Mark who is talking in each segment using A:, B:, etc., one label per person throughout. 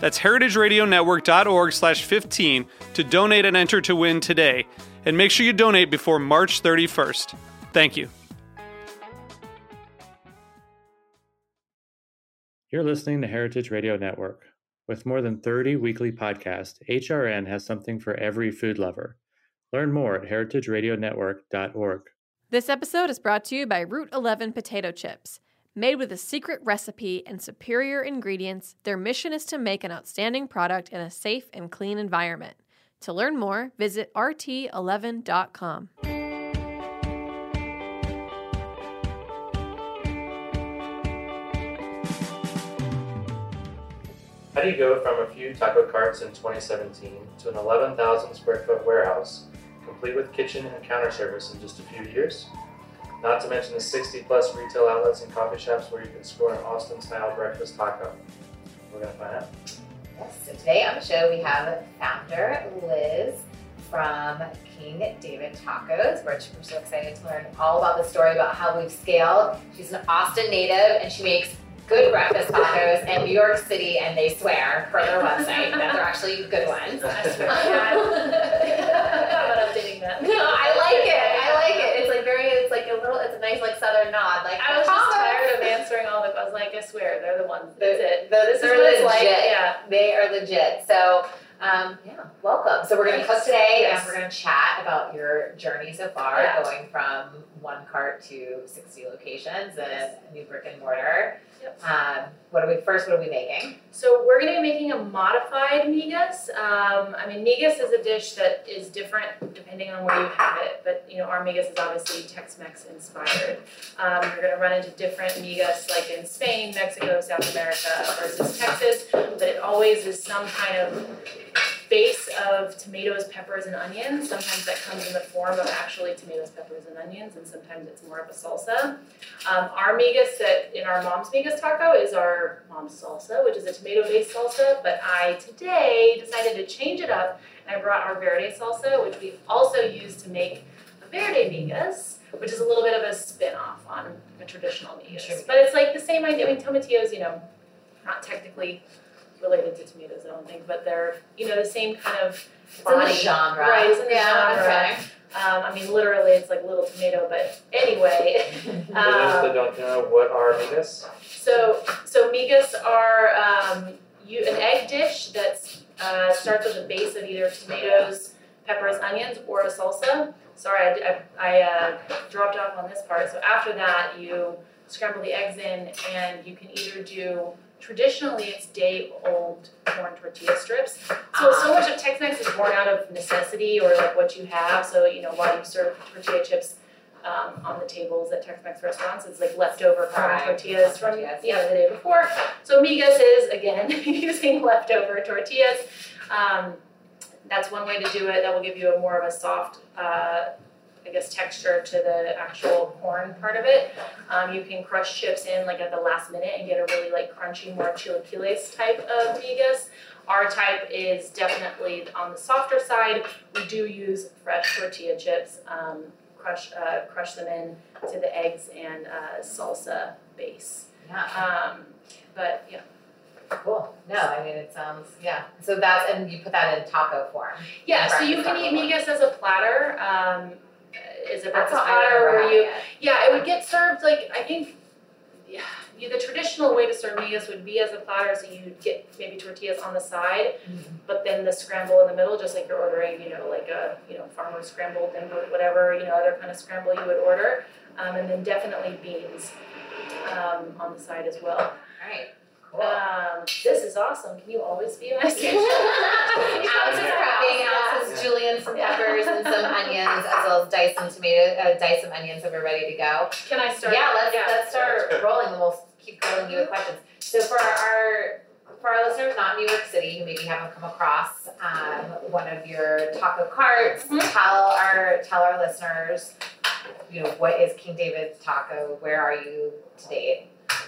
A: That's heritageradionetwork.org slash 15 to donate and enter to win today. And make sure you donate before March 31st. Thank you.
B: You're listening to Heritage Radio Network. With more than 30 weekly podcasts, HRN has something for every food lover. Learn more at heritageradionetwork.org.
C: This episode is brought to you by Route 11 Potato Chips. Made with a secret recipe and superior ingredients, their mission is to make an outstanding product in a safe and clean environment. To learn more, visit rt11.com.
D: How do you go from a few taco carts in 2017 to an 11,000 square foot warehouse, complete with kitchen and counter service in just a few years? Not to mention the 60 plus retail outlets and coffee shops where you can score an Austin style breakfast taco. We're going to find out.
E: Yes, so today on the show we have founder Liz from King David Tacos, which we're so excited to learn all about the story about how we've scaled. She's an Austin native and she makes good breakfast tacos in New York City, and they swear from their website that they're actually good ones.
F: I'm not updating that.
E: No, I like it. I like it. It's like very, it's like a little, it's a nice like southern nod. Like
F: I was just tired of answering all the. I was like, I swear, they're the ones. That's it.
E: The,
F: This is
E: they're
F: what
E: legit.
F: it's like. Yeah.
E: They are legit. So, um, yeah, welcome. So we're gonna cook
F: Thanks.
E: today,
F: Yes.
E: and we're gonna chat about your journey so far,
F: Yeah.
E: going from one cart to sixty locations and
F: Yes.
E: a new brick and mortar.
F: Yep.
E: Um, what are we first? What are we making?
F: So we're going to be making a modified migas. Um, I mean, migas is a dish that is different depending on where you have it, but you know, our migas is obviously Tex-Mex inspired. Um, you're going to run into different migas, like in Spain, Mexico, South America versus Texas, but it always is some kind of base of tomatoes, peppers, and onions. Sometimes that comes in the form of actually tomatoes, peppers, and onions, and sometimes it's more of a salsa. Um, our migas that in our mom's migas taco is our mom's salsa, which is a tomato-based salsa. But I today decided to change it up, and I brought our verde salsa, which we also use to make a verde migas, which is a little bit of a spin-off on a traditional
E: Sure.
F: migas. But it's like the same idea. I mean, tomatillos, you know, not technically related to tomatoes, I don't think, but they're you know the same kind of
E: It's in the
F: body.
E: genre.
F: Right, it's in the
E: yeah,
F: genre.
E: Okay.
F: Um, I mean, literally, it's like little tomato. But anyway.
D: For those that
F: um,
D: don't know what are migas,
F: so, so migas are um, you, an egg dish that uh, starts with a base of either tomatoes, peppers, onions, or a salsa. Sorry, I, I, I uh, dropped off on this part. So after that, you scramble the eggs in, and you can either do traditionally it's day-old corn tortilla strips. So so much of Tex-Mex is born out of necessity or like what you have. So you know while you serve tortilla chips um, on the tables at Tex-Mex restaurants, it's like leftover corn
E: Right.
F: tortillas from
E: Tortillas.
F: yeah the day before. So migas is again using leftover tortillas. Um, that's one way to do it. That will give you a more of a soft, uh, I guess, texture to the actual corn part of it. Um, you can crush chips in like at the last minute and get a really like crunchy, more chilaquiles type of migas. Our type is definitely on the softer side. We do use fresh tortilla chips, um, crush uh, crush them in to the eggs and uh, salsa base.
E: Yeah. uh,
F: Um, but yeah.
E: Cool. No, I mean it sounds yeah. So that's and you put that in taco form.
F: Yeah, so you can
E: Breakfast
F: eat
E: taco.
F: migas as a platter. Um, is a breakfast
E: how I
F: platter
E: remember
F: where
E: having
F: you?
E: it.
F: Yeah, it would get served like I think. Yeah, you, the traditional way to serve migas would be as a platter, so you get maybe tortillas on the side,
E: Mm-hmm.
F: but then the scramble in the middle, just like you're ordering, you know, like a you know farmer scrambled and whatever you know other kind of scramble you would order, um, and then definitely beans um, on the side as well.
E: All right. Cool.
F: Um, this is awesome. Can you always be my
E: ounces prepping, ounces Julian, some peppers and some onions, as well as dice some tomato, uh, dice some onions if we're ready to go.
F: Can I start?
E: Yeah, let's let's start rolling, and we'll keep grilling you with questions. So for our for our listeners not in New York City who maybe haven't come across um, one of your taco carts,
F: Mhm.
E: tell our tell our listeners, you know, what is King David's Taco? Where are you to date?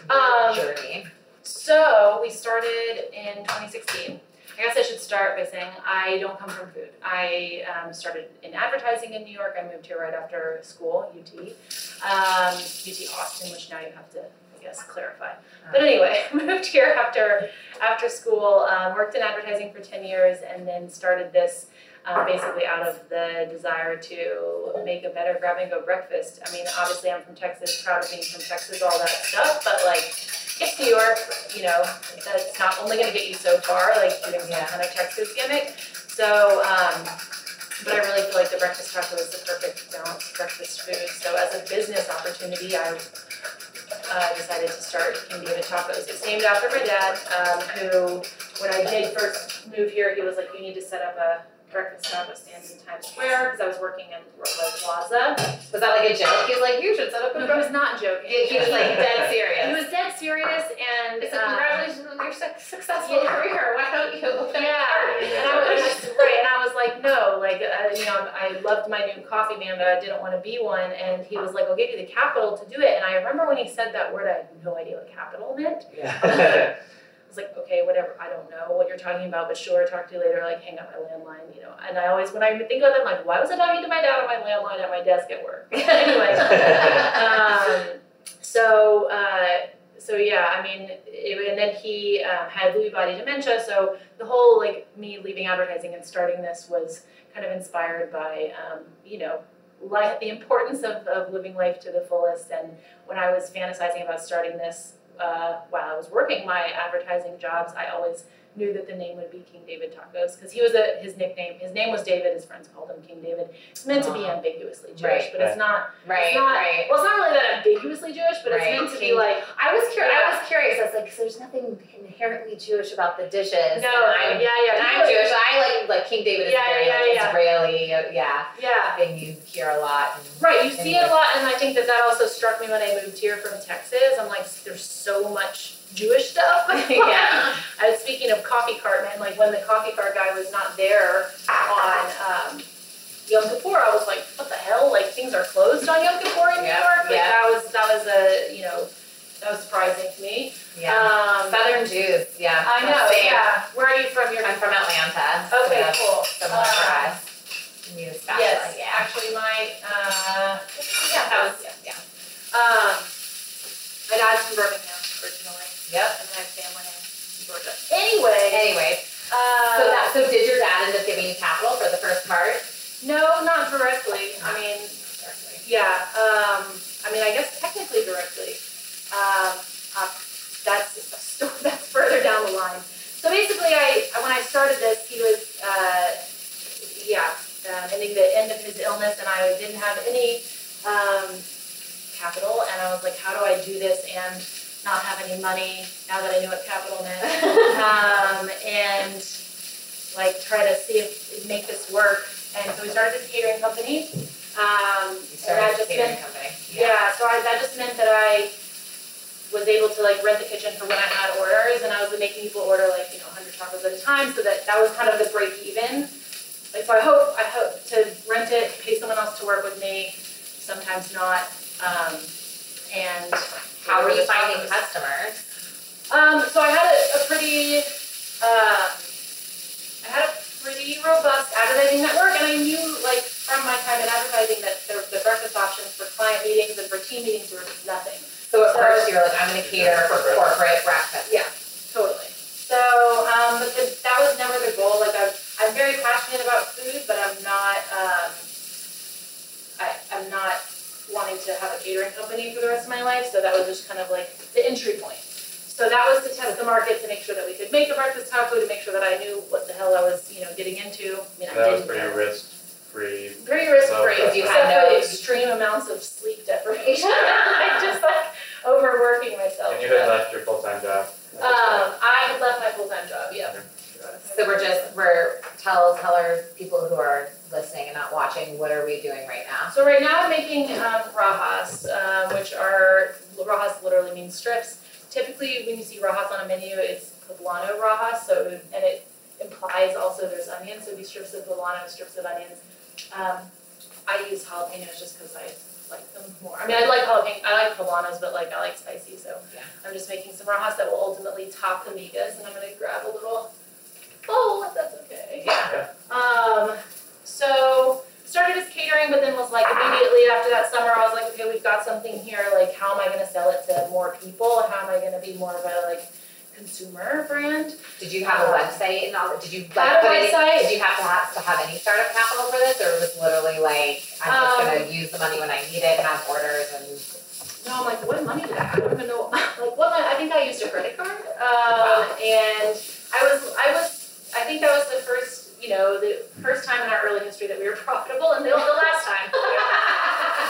E: Your
F: Um,
E: journey.
F: So we started in 2016. I guess I should start by saying I don't come from food. I um, started in advertising in New York. I moved here right after school, UT, um, UT Austin, which now you have to, I guess, clarify. But anyway, moved here after after school. Um, worked in advertising for 10 years, and then started this um, basically out of the desire to make a better grab and go breakfast. I mean, obviously, I'm from Texas, proud of being from Texas, all that stuff. But like, it's New York, you know, that's not only going to get you so far, like doing some
E: Yeah.
F: kind of Texas gimmick. So, um, but I really feel like the breakfast taco is the perfect balanced breakfast food. So, as a business opportunity, I uh, decided to start King David Tacos. It's named after my dad, um, who, when I did first move here, he was like, "You need to set up a breakfast taco stand in Times Square," because I was working in Rockland Plaza.
E: Was that like a joke? He was like, you should set up a
F: But I was not joking.
E: He he was like dead serious.
F: He was dead serious, and
E: It's like,
F: um,
E: congratulations on your suc- successful
F: yeah.
E: career. Why don't you?
F: Yeah, and I was right, and I was like, no, like uh, you know, I loved my new coffee man, but I didn't want to be one. And he was like, I'll give you the capital to do it. And I remember when he said that word, I had no idea what capital meant. I was like, okay, whatever, I don't know what you're talking about, but sure, talk to you later. Like, hang up my landline, you know. And I always, when I think about that, I'm like, why was I talking to my dad on my landline at my desk at work? anyway um, so uh, so yeah, I mean, it, and then he um, had Lewy body dementia. So the whole like me leaving advertising and starting this was kind of inspired by um, you know life, the importance of, of living life to the fullest. And when I was fantasizing about starting this uh, while I was working my advertising jobs, I always knew that the name would be King David Tacos because he was a his nickname. His name was David. His friends called him King David. It's meant to be
E: Ah.
F: ambiguously Jewish,
E: Right,
F: but it's not.
E: right,
F: It's not-
E: right.
F: Well, it's not really that ambiguously Jewish, but
E: Right,
F: it's meant to be
E: King-
F: like
E: I was curious. I
F: Yeah.
E: was curious. I was like, 'cause there's nothing inherently Jewish about the dishes.
F: no,
E: and I'm,
F: yeah, yeah,
E: and I'm Jewish. I like like King David is
F: Yeah,
E: very
F: yeah,
E: like
F: yeah.
E: Israeli. uh, Yeah,
F: yeah.
E: thing you hear a lot. And,
F: Right, you see it
E: Anyway.
F: a lot, and I think that that also struck me when I moved here from Texas. I'm like, there's so much Jewish stuff.
E: Yeah.
F: I was speaking of coffee cart man, like when the coffee cart guy was not there on um, Yom Kippur, I was like, what the hell? Like things are closed on Yom Kippur in New
E: Yeah,
F: York. Like
E: yeah.
F: that was that was a you know that was surprising to me.
E: yeah.
F: Um,
E: Southern Jews. Yeah,
F: I know.
E: Same.
F: Yeah. Where are you from? You're
E: I'm from Atlanta. so
F: Okay,
E: that's
F: cool.
E: Similar for
F: Um,
E: us. You spatula,
F: Yes,
E: Yeah.
F: actually, my uh, yeah,
E: That was
F: yeah.
E: yeah.
F: Um, my dad's from Birmingham originally,
E: Yep.
F: and I have family in Georgia. Anyway,
E: Anyway,
F: uh,
E: so that so did your dad end up giving you capital for the first part?
F: no, not directly. I mean, yeah. Um, I mean, I guess technically directly. Um, uh, that's a sto- that's further down the line. So basically, I when I started this, he was uh, yeah, um, ending the end of his illness, and I didn't have any um, capital, and I was like, how do I do this and not have any money now that I knew what capital meant, um, and like try to see if make this work. And so we started this catering company. Um,
E: You
F: and I
E: started a
F: just
E: catering
F: been
E: company.
F: yeah, so I, that just meant that I was able to like rent the kitchen for when I had orders, and I was making people order like you know 100 tacos at a time, so that that was kind of the break even. Like so, I hope I hope to rent it, pay someone else to work with me, sometimes not. Um, and
E: How were you
F: deliver the
E: finding
F: tacos.
E: customers?
F: Um, so I had a, a pretty, um, I had a pretty robust advertising network, and I knew like from my time in advertising that the, the breakfast options for client meetings and for team meetings were nothing.
E: So at
F: So-
E: first you were like, I'm gonna cater for corporate breakfast.
F: Yeah, totally. So, um, but the, that was never the goal. Like, I'm, I'm very passionate about food, but I'm not, um, I, I'm not wanting to have a catering company for the rest of my life, so that was just kind of like the entry point. So that was to test the market to make sure that we could make a breakfast taco, to make sure that I knew what the hell I was, you know, getting into. I mean, I
D: That was
F: didn't,
D: pretty
F: but-
D: risk-free.
F: pretty risk free.
D: Well,
F: if you
E: that's
F: had
E: right.
F: no extreme amounts of sleep deprivation. I just like overworking myself.
D: And you had left your full-time job.
F: um, I had left my full time job. Yeah.
E: So we're just we're tell tell our people who are listening and not watching what are we doing right now?
F: So right now I'm making um, rajas, um, which are rajas literally means strips. Typically, when you see rajas on a menu, it's poblano rajas. So and it implies also there's onions. So these strips of poblano, strips of onions. Um, I use jalapenos just because I like them more. I mean, I like jalapeno, I like poblanos, but like I like spicy. So
E: Yeah.
F: I'm just making some rajas that will ultimately top the migas, and I'm gonna grab a little bowl if that's okay.
E: Yeah.
F: Um, so started as catering, but then was like immediately after that summer, I was like, okay, we've got something here. Like, how am I going to sell it to more people? How am I going to be more of a like consumer brand?
E: Did you have a website and all that? Did you like
F: Um, Had a
E: put any-
F: website.
E: did you have to have to have any startup capital for this or it was literally like I'm
F: Um,
E: just gonna use the money when I need it and have orders and
F: No, I'm like, what money did I? have? I don't even know what my, like what my, I think I used a credit card. Um, and I was I was I think that was the first you know the first time in our early history that we were profitable, and the, the last time.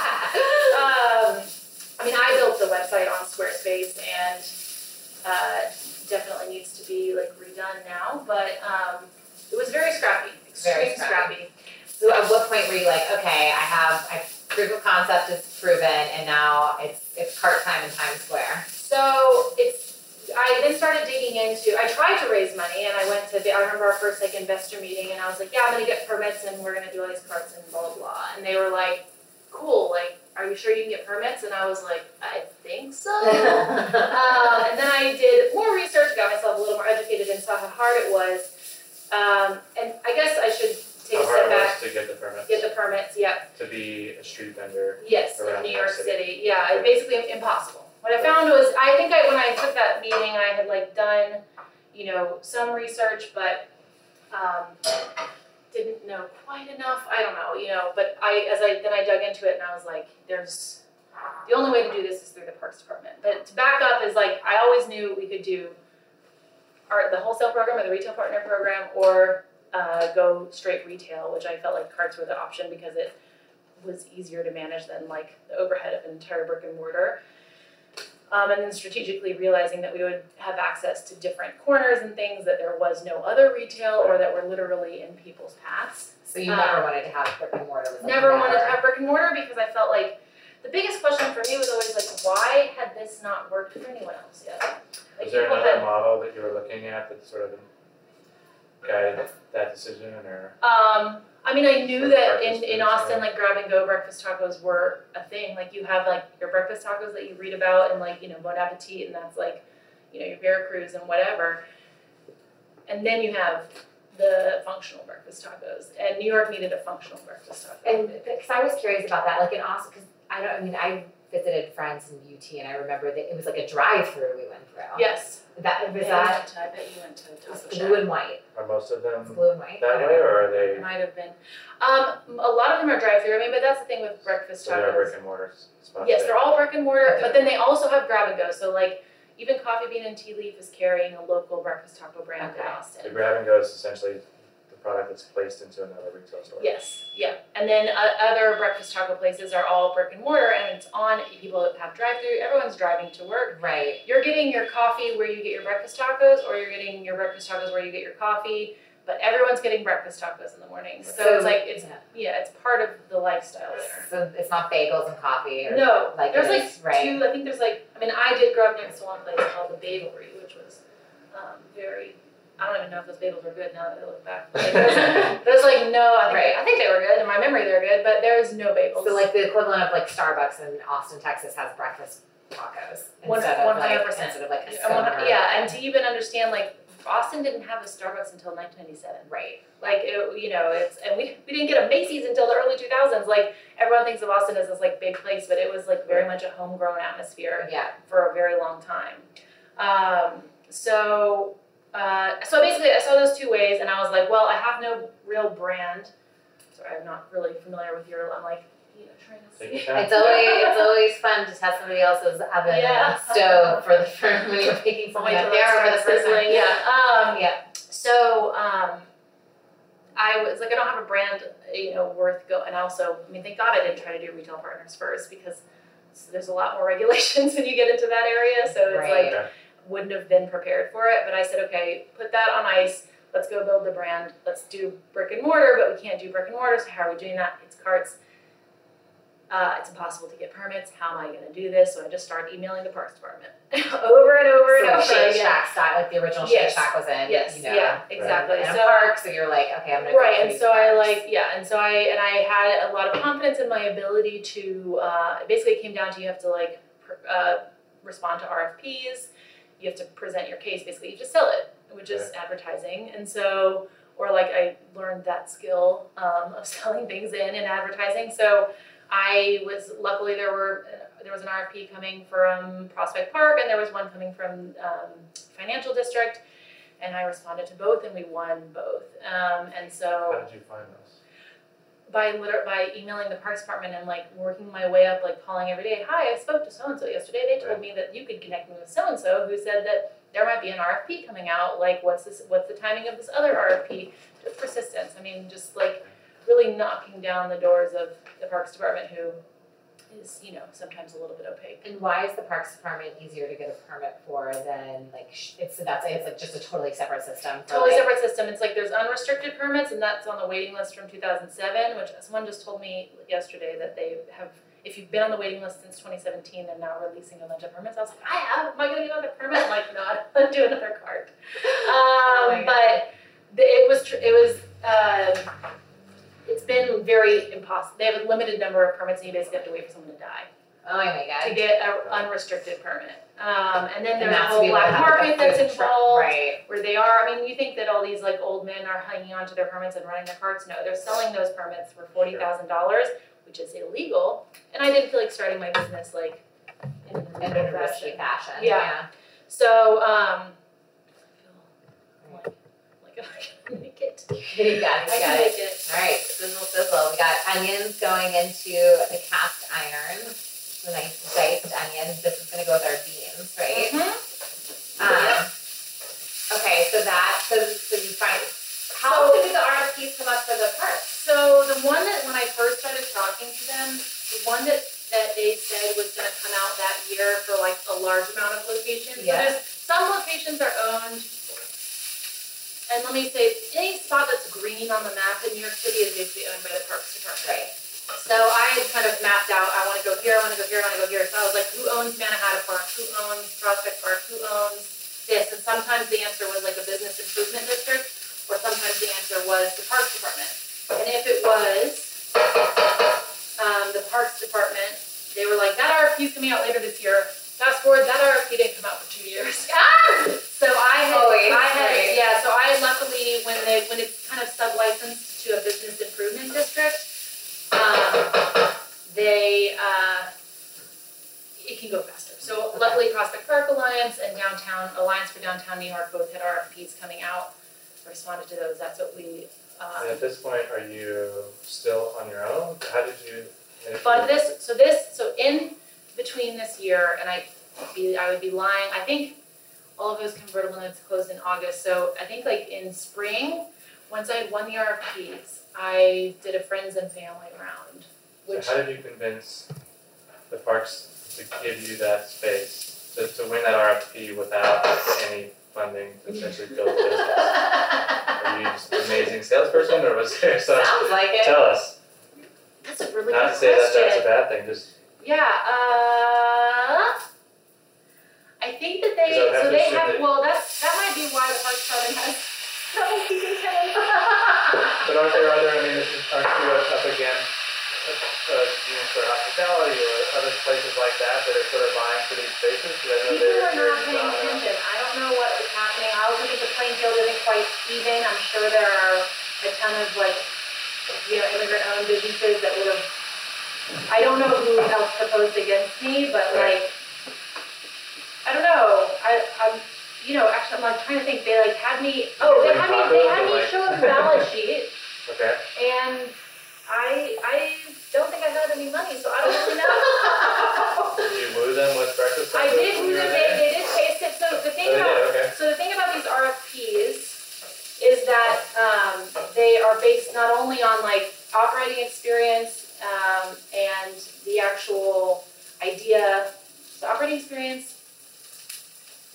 F: um, I mean, I built the website on Squarespace and uh, definitely needs to be like redone now, but um, it was very scrappy,
E: Very
F: extremely
E: scrappy.
F: scrappy.
E: So at what point were you like, okay, I have I proof of concept is proven and now it's it's cart time in Times Square.
F: So it's I then started digging into. I tried to raise money, and I went to. The, I remember our first like investor meeting, and I was like, "Yeah, I'm gonna get permits, and we're gonna do all these carts and blah blah." blah. And they were like, "Cool, like, are you sure you can get permits?" And I was like, "I think so." um, and then I did more research, got myself a little more educated, and saw how hard it was. Um, and I guess I should take
D: How
F: a
D: hard
F: step back,
D: it was to get the permit,
F: get the permits. Yep.
D: to be a street vendor.
F: Yes, in
D: around
F: New
D: New
F: York
D: York
F: City. Yeah, it's basically impossible. What I found was, I think I when I took that meeting, I had like done, you know, some research, but um, didn't know quite enough. I don't know, you know. But I as I then I dug into it and I was like, there's the only way to do this is through the Parks Department. But to back up is like I always knew we could do our the wholesale program or the retail partner program or uh, go straight retail, which I felt like carts were the option because it was easier to manage than like the overhead of an entire brick and mortar. Um, and then strategically realizing that we would have access to different corners and things that there was no other retail or that were literally in people's paths.
E: So you never
F: Um,
E: wanted to have brick and mortar. was like
F: Never wanted to have brick and mortar because I felt like the biggest question for me was always like, why had this not worked for anyone else yet? Like
D: Was there
F: people
D: another
F: had,
D: model that you were looking at that sort of guided that decision, or?
F: um, I mean, I knew that in,
D: Breakfast
F: in
D: foods,
F: Austin,
D: yeah.
F: like grab and go breakfast tacos were a thing. Like you have like your breakfast tacos that you read about and like, you know, Bon Appetit and that's like, you know, your Veracruz and whatever. And then you have the functional breakfast tacos and New York needed a functional breakfast taco.
E: And because I was curious about that, like in Austin, because I don't. I mean, I visited friends in UT, and I remember that it was like a drive-through we went through.
F: yes.
E: That was
F: Yeah,
E: that.
F: I bet you went to
E: It was
F: Taco Shack.
E: blue and white.
D: Are most of
E: It's
D: them
E: blue and white.
D: that way, or are
F: It
D: they,
F: might have been. Um, a lot of them are drive-through. I mean, but that's the thing with breakfast
D: so they're brick
F: tacos.
D: and mortar spots?
F: Yes,
D: that-
F: they're all brick and mortar,
E: Okay.
F: but then they also have grab and go. So like even Coffee Bean and Tea Leaf is carrying a local breakfast taco brand in
E: Okay.
D: The
F: Austin.
D: grab and go is essentially the product that's placed into another retail store.
F: Yes, yeah. And then uh, other breakfast taco places are all brick and mortar, and it's on. People have drive-through. Everyone's driving to work.
E: Right.
F: You're getting your coffee where you get your breakfast tacos, or you're getting your breakfast tacos where you get your coffee. But everyone's getting breakfast tacos in the morning, so it's like it's
E: yeah.
F: yeah, it's part of the lifestyle there.
E: So it's not bagels and coffee. Or,
F: No,
E: like
F: there's
E: it
F: like
E: is, right.
F: two. I think there's like. I mean, I did grow up next to one place called the Bagelry, which was um, very. I don't even know if those bagels were good now that I look back. Like, there's, there's, like no. I think,
E: Right.
F: I think they were good in my memory. They're good, but there is no bagels.
E: So like the equivalent of like Starbucks in Austin, Texas has breakfast tacos
F: One-
E: instead of like
F: 100%.
E: instead of like a
F: I want-
E: scone or-
F: yeah, and to even understand like Austin didn't have a Starbucks until 1997.
E: right.
F: Like it, you know, it's and we, we didn't get a Macy's until the early 2000s. Like everyone thinks of Austin as this like big place, but it was like very much a homegrown atmosphere.
E: Yeah.
F: for a very long time. Um, so, uh, so basically, I saw those two ways, and I was like, well, I have no real brand. Sorry, I'm not really familiar with your. I'm like Yeah, I'm trying to
D: Take it
F: see.
D: back.
E: It's always it's always fun to test somebody else's oven
F: Yeah.
E: stove for the for when you're picking something
F: Wait
E: up
F: till it
E: there over the
F: starts
E: first
F: sizzling.
E: time.
F: Yeah. Um,
E: Yeah.
F: So um, I was like, I don't have a brand, you know, worth go. And also, I mean, thank God I didn't try to do retail partners first because there's a lot more regulations when you get into that area. So it's
E: Right.
F: like wouldn't have been prepared for it. But I said, okay, put that on ice. Let's go build the brand. Let's do brick and mortar, but we can't do brick and mortar. So how are we doing that? It's carts. Uh, it's impossible to get permits. How am I going to do this? So I just started emailing the parks department over and over and
E: So
F: over.
E: Shake
F: again.
E: Shack style, like the original
F: Yes.
E: Shake Shack was in.
F: Yes.
E: You know,
F: yeah. Exactly.
E: And a
F: So
E: park, so you're like, okay, I'm gonna go to
F: right and
E: these
F: so i
E: parks.
F: like yeah and so i and i had a lot of confidence in my ability to uh, it basically came down to you have to like pr- uh, respond to rfps you have to present your case basically you just sell it which is advertising and so or like i learned that skill um, of selling things in and advertising so i was luckily there were there was an rfp coming from prospect park and there was one coming from um, financial district and i responded to both and we won both um, and so
D: How did you find us?
F: by liter- by emailing the parks department and like working my way up, like calling every day. Hi, I spoke to so and so yesterday. They told me that you could connect me with so and so, who said that there might be an RFP coming out. Like, what's this? What's the timing of this other RFP? Just persistence. I mean, just like really knocking down the doors of the parks department, who is you know sometimes a little bit opaque.
E: And why is the Parks Department easier to get a permit for than like sh- it's that's it's like just a totally separate system. for,
F: Totally
E: like-
F: separate system. It's like there's unrestricted permits, and that's on the waiting list from 2007, which someone just told me yesterday that they have. If you've been on the waiting list since 2017, they're now releasing a bunch of permits. I was like, I have. Am I going to get another permit? I'm like, no, I'm going to do another card.
E: my
F: Um,
E: God.
F: but the, it was tr- it was um it's been very impossible. They have a limited number of permits, and you basically have to wait for someone to die
E: Oh my god.
F: to get an unrestricted permit. Um, and then
E: and
F: there's a
E: that's to be
F: whole
E: able to
F: black
E: have, like, a
F: market that's
E: food truck,
F: involved
E: Right.
F: where they are. I mean, you think that all these like old men are hanging on to their permits and running their carts. No, they're selling those permits for forty thousand dollars, which is illegal. And I didn't feel like starting my business like in an
E: And
F: illegal
E: in a risky
F: fashion.
E: fashion.
F: Yeah. So um, I feel
E: Right.
F: like like I can make it.
E: yeah. you got it.
F: I
E: You
F: can
E: got
F: make
E: it.
F: it.
E: All right. Sizzle, sizzle. We got onions going into the cast iron. The nice diced onions. This is gonna go with our beans, right?
F: Mm-hmm.
E: Um, okay. So that. So, so you find. How
F: So-
E: often do the RFPs come up for the parks?
F: So the one that when I first started talking to them, the one that that they said was gonna come out that year for like a large amount of locations. So
E: Yeah.
F: there's some locations are owned. And let me say, any spot that's green on the map in New York City is basically owned by the Parks Department.
E: Right.
F: So I had kind of mapped out, I wanna go here, I wanna go here, I wanna go here. So I was like, who owns Manhattan Park? Who owns Prospect Park? Who owns this? And sometimes the answer was like a business improvement district, or sometimes the answer was the Parks Department. And if it was, um, the Parks Department, they were like, that RFP coming out later this year. Fast forward, that RFP didn't come out for two years. Ah! So I had,
E: Always,
F: I had,
E: right.
F: yeah. So I luckily, when they, when it's kind of sub-licensed to a business improvement district, um, they, uh, it can go faster. So luckily, Prospect Park Alliance and Downtown Alliance for Downtown New York both had RFPs coming out. I Responded to those. That's what we.
D: And
F: Um,
D: at this point, are you still on your own? How did you? how did
F: But
D: you-
F: this, so this, so in between this year, and I, be, I would be lying. I think all of those convertible notes closed in August. So I think like in spring, once I had won the RFPs, I did a friends and family round, which
D: So how did you convince the parks to give you that space to, to win that RFP without any funding to essentially build a business? Are you just an amazing salesperson, or was there some?
E: Sounds like it.
D: Tell us.
F: that's a really
D: Not
F: good
D: to say that that's
F: question.
D: a bad thing. Just
F: Yeah. Uh, I think that they.
D: Does that
F: So
D: have
F: they
D: to
F: have.
D: sit-
F: Well, that that might be why the Parks Department has.
D: But aren't there other, I mean, this is- aren't you up up against uh, units for hospitality or other places like that that are sort of vying for these spaces? Because I know
F: People
D: they're
F: are
D: they're
F: not paying
D: not-
F: attention. I don't know what is happening. I also think the playing field isn't quite even. I'm sure there are a ton of like, you know, immigrant-owned businesses that would have. I don't know who else proposed against me, but
D: Right.
F: like, I don't know. I, I'm, you know, actually, I'm like trying to think. They like had me. Oh, they
D: Like
F: had me. They
D: tacos
F: had
D: or
F: me
D: like-
F: show a balance sheet,
D: Okay,
F: and I, I don't think I had any um, um, actual idea, so operating experience,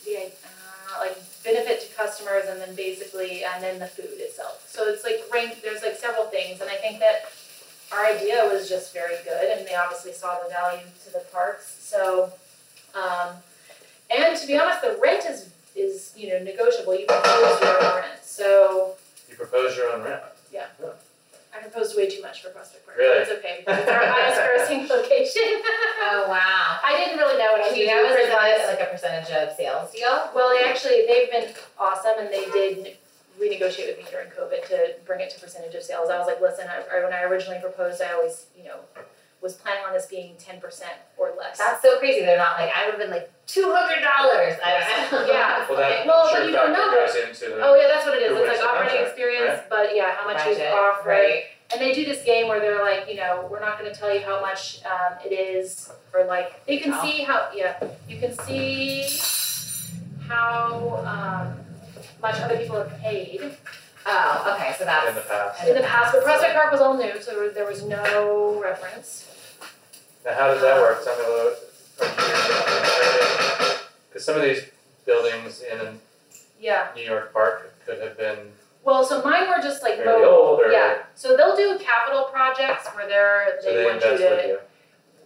F: the uh, like benefit to customers, and then basically, and then the food itself. So it's like ranked. There's like several things, and I think that our idea was just very good, and they obviously saw the value to the parks. So, um, and to be honest, the rent is is you know negotiable. You propose your own rent, so
D: You propose your own rent.
F: I proposed way too much for Prospect Park.
D: Really?
F: It's okay because it's our highest grossing location.
E: Oh wow.
F: I didn't really know what I was
E: Do you
F: doing.
E: know
F: for
E: is
F: this.
E: that like a percentage of sales deal?
F: Well, they actually, they've been awesome, and they did renegotiate with me during COVID to bring it to percentage of sales. I was like, listen, I, I- when I originally proposed, I always, you know, was planning on this being ten percent or less.
E: That's so crazy. They're not like I would have been like two hundred dollars. I don't know.
F: Yeah.
D: Well, that
F: Okay, well,
D: sure
F: but you don't
D: factor
F: know
D: goes into the
F: oh yeah, that's what it is.
D: Who wins
F: It's
D: the
F: like operating
D: contract,
F: experience, but yeah, how much you
E: Budget,
F: offer.
E: right?
F: And they do this game where they're like, you know, we're not going to tell you how much um, it is, or like you can
E: Wow.
F: see how yeah, you can see how um, much other people have paid.
E: Oh, okay.
D: in the
E: So that's
D: past.
F: in the past, but Prospect Park was all new, so there was- there was no reference.
D: Now, how does that work? Tell me a little. Because some of these buildings in
F: Yeah.
D: New York Park could have been
F: Well, so mine were just like
D: fairly
F: mobile.
D: old, or
F: Yeah. So they'll do capital projects where they're
D: so
F: they,
D: they
F: want you
D: invest with
F: to
D: you.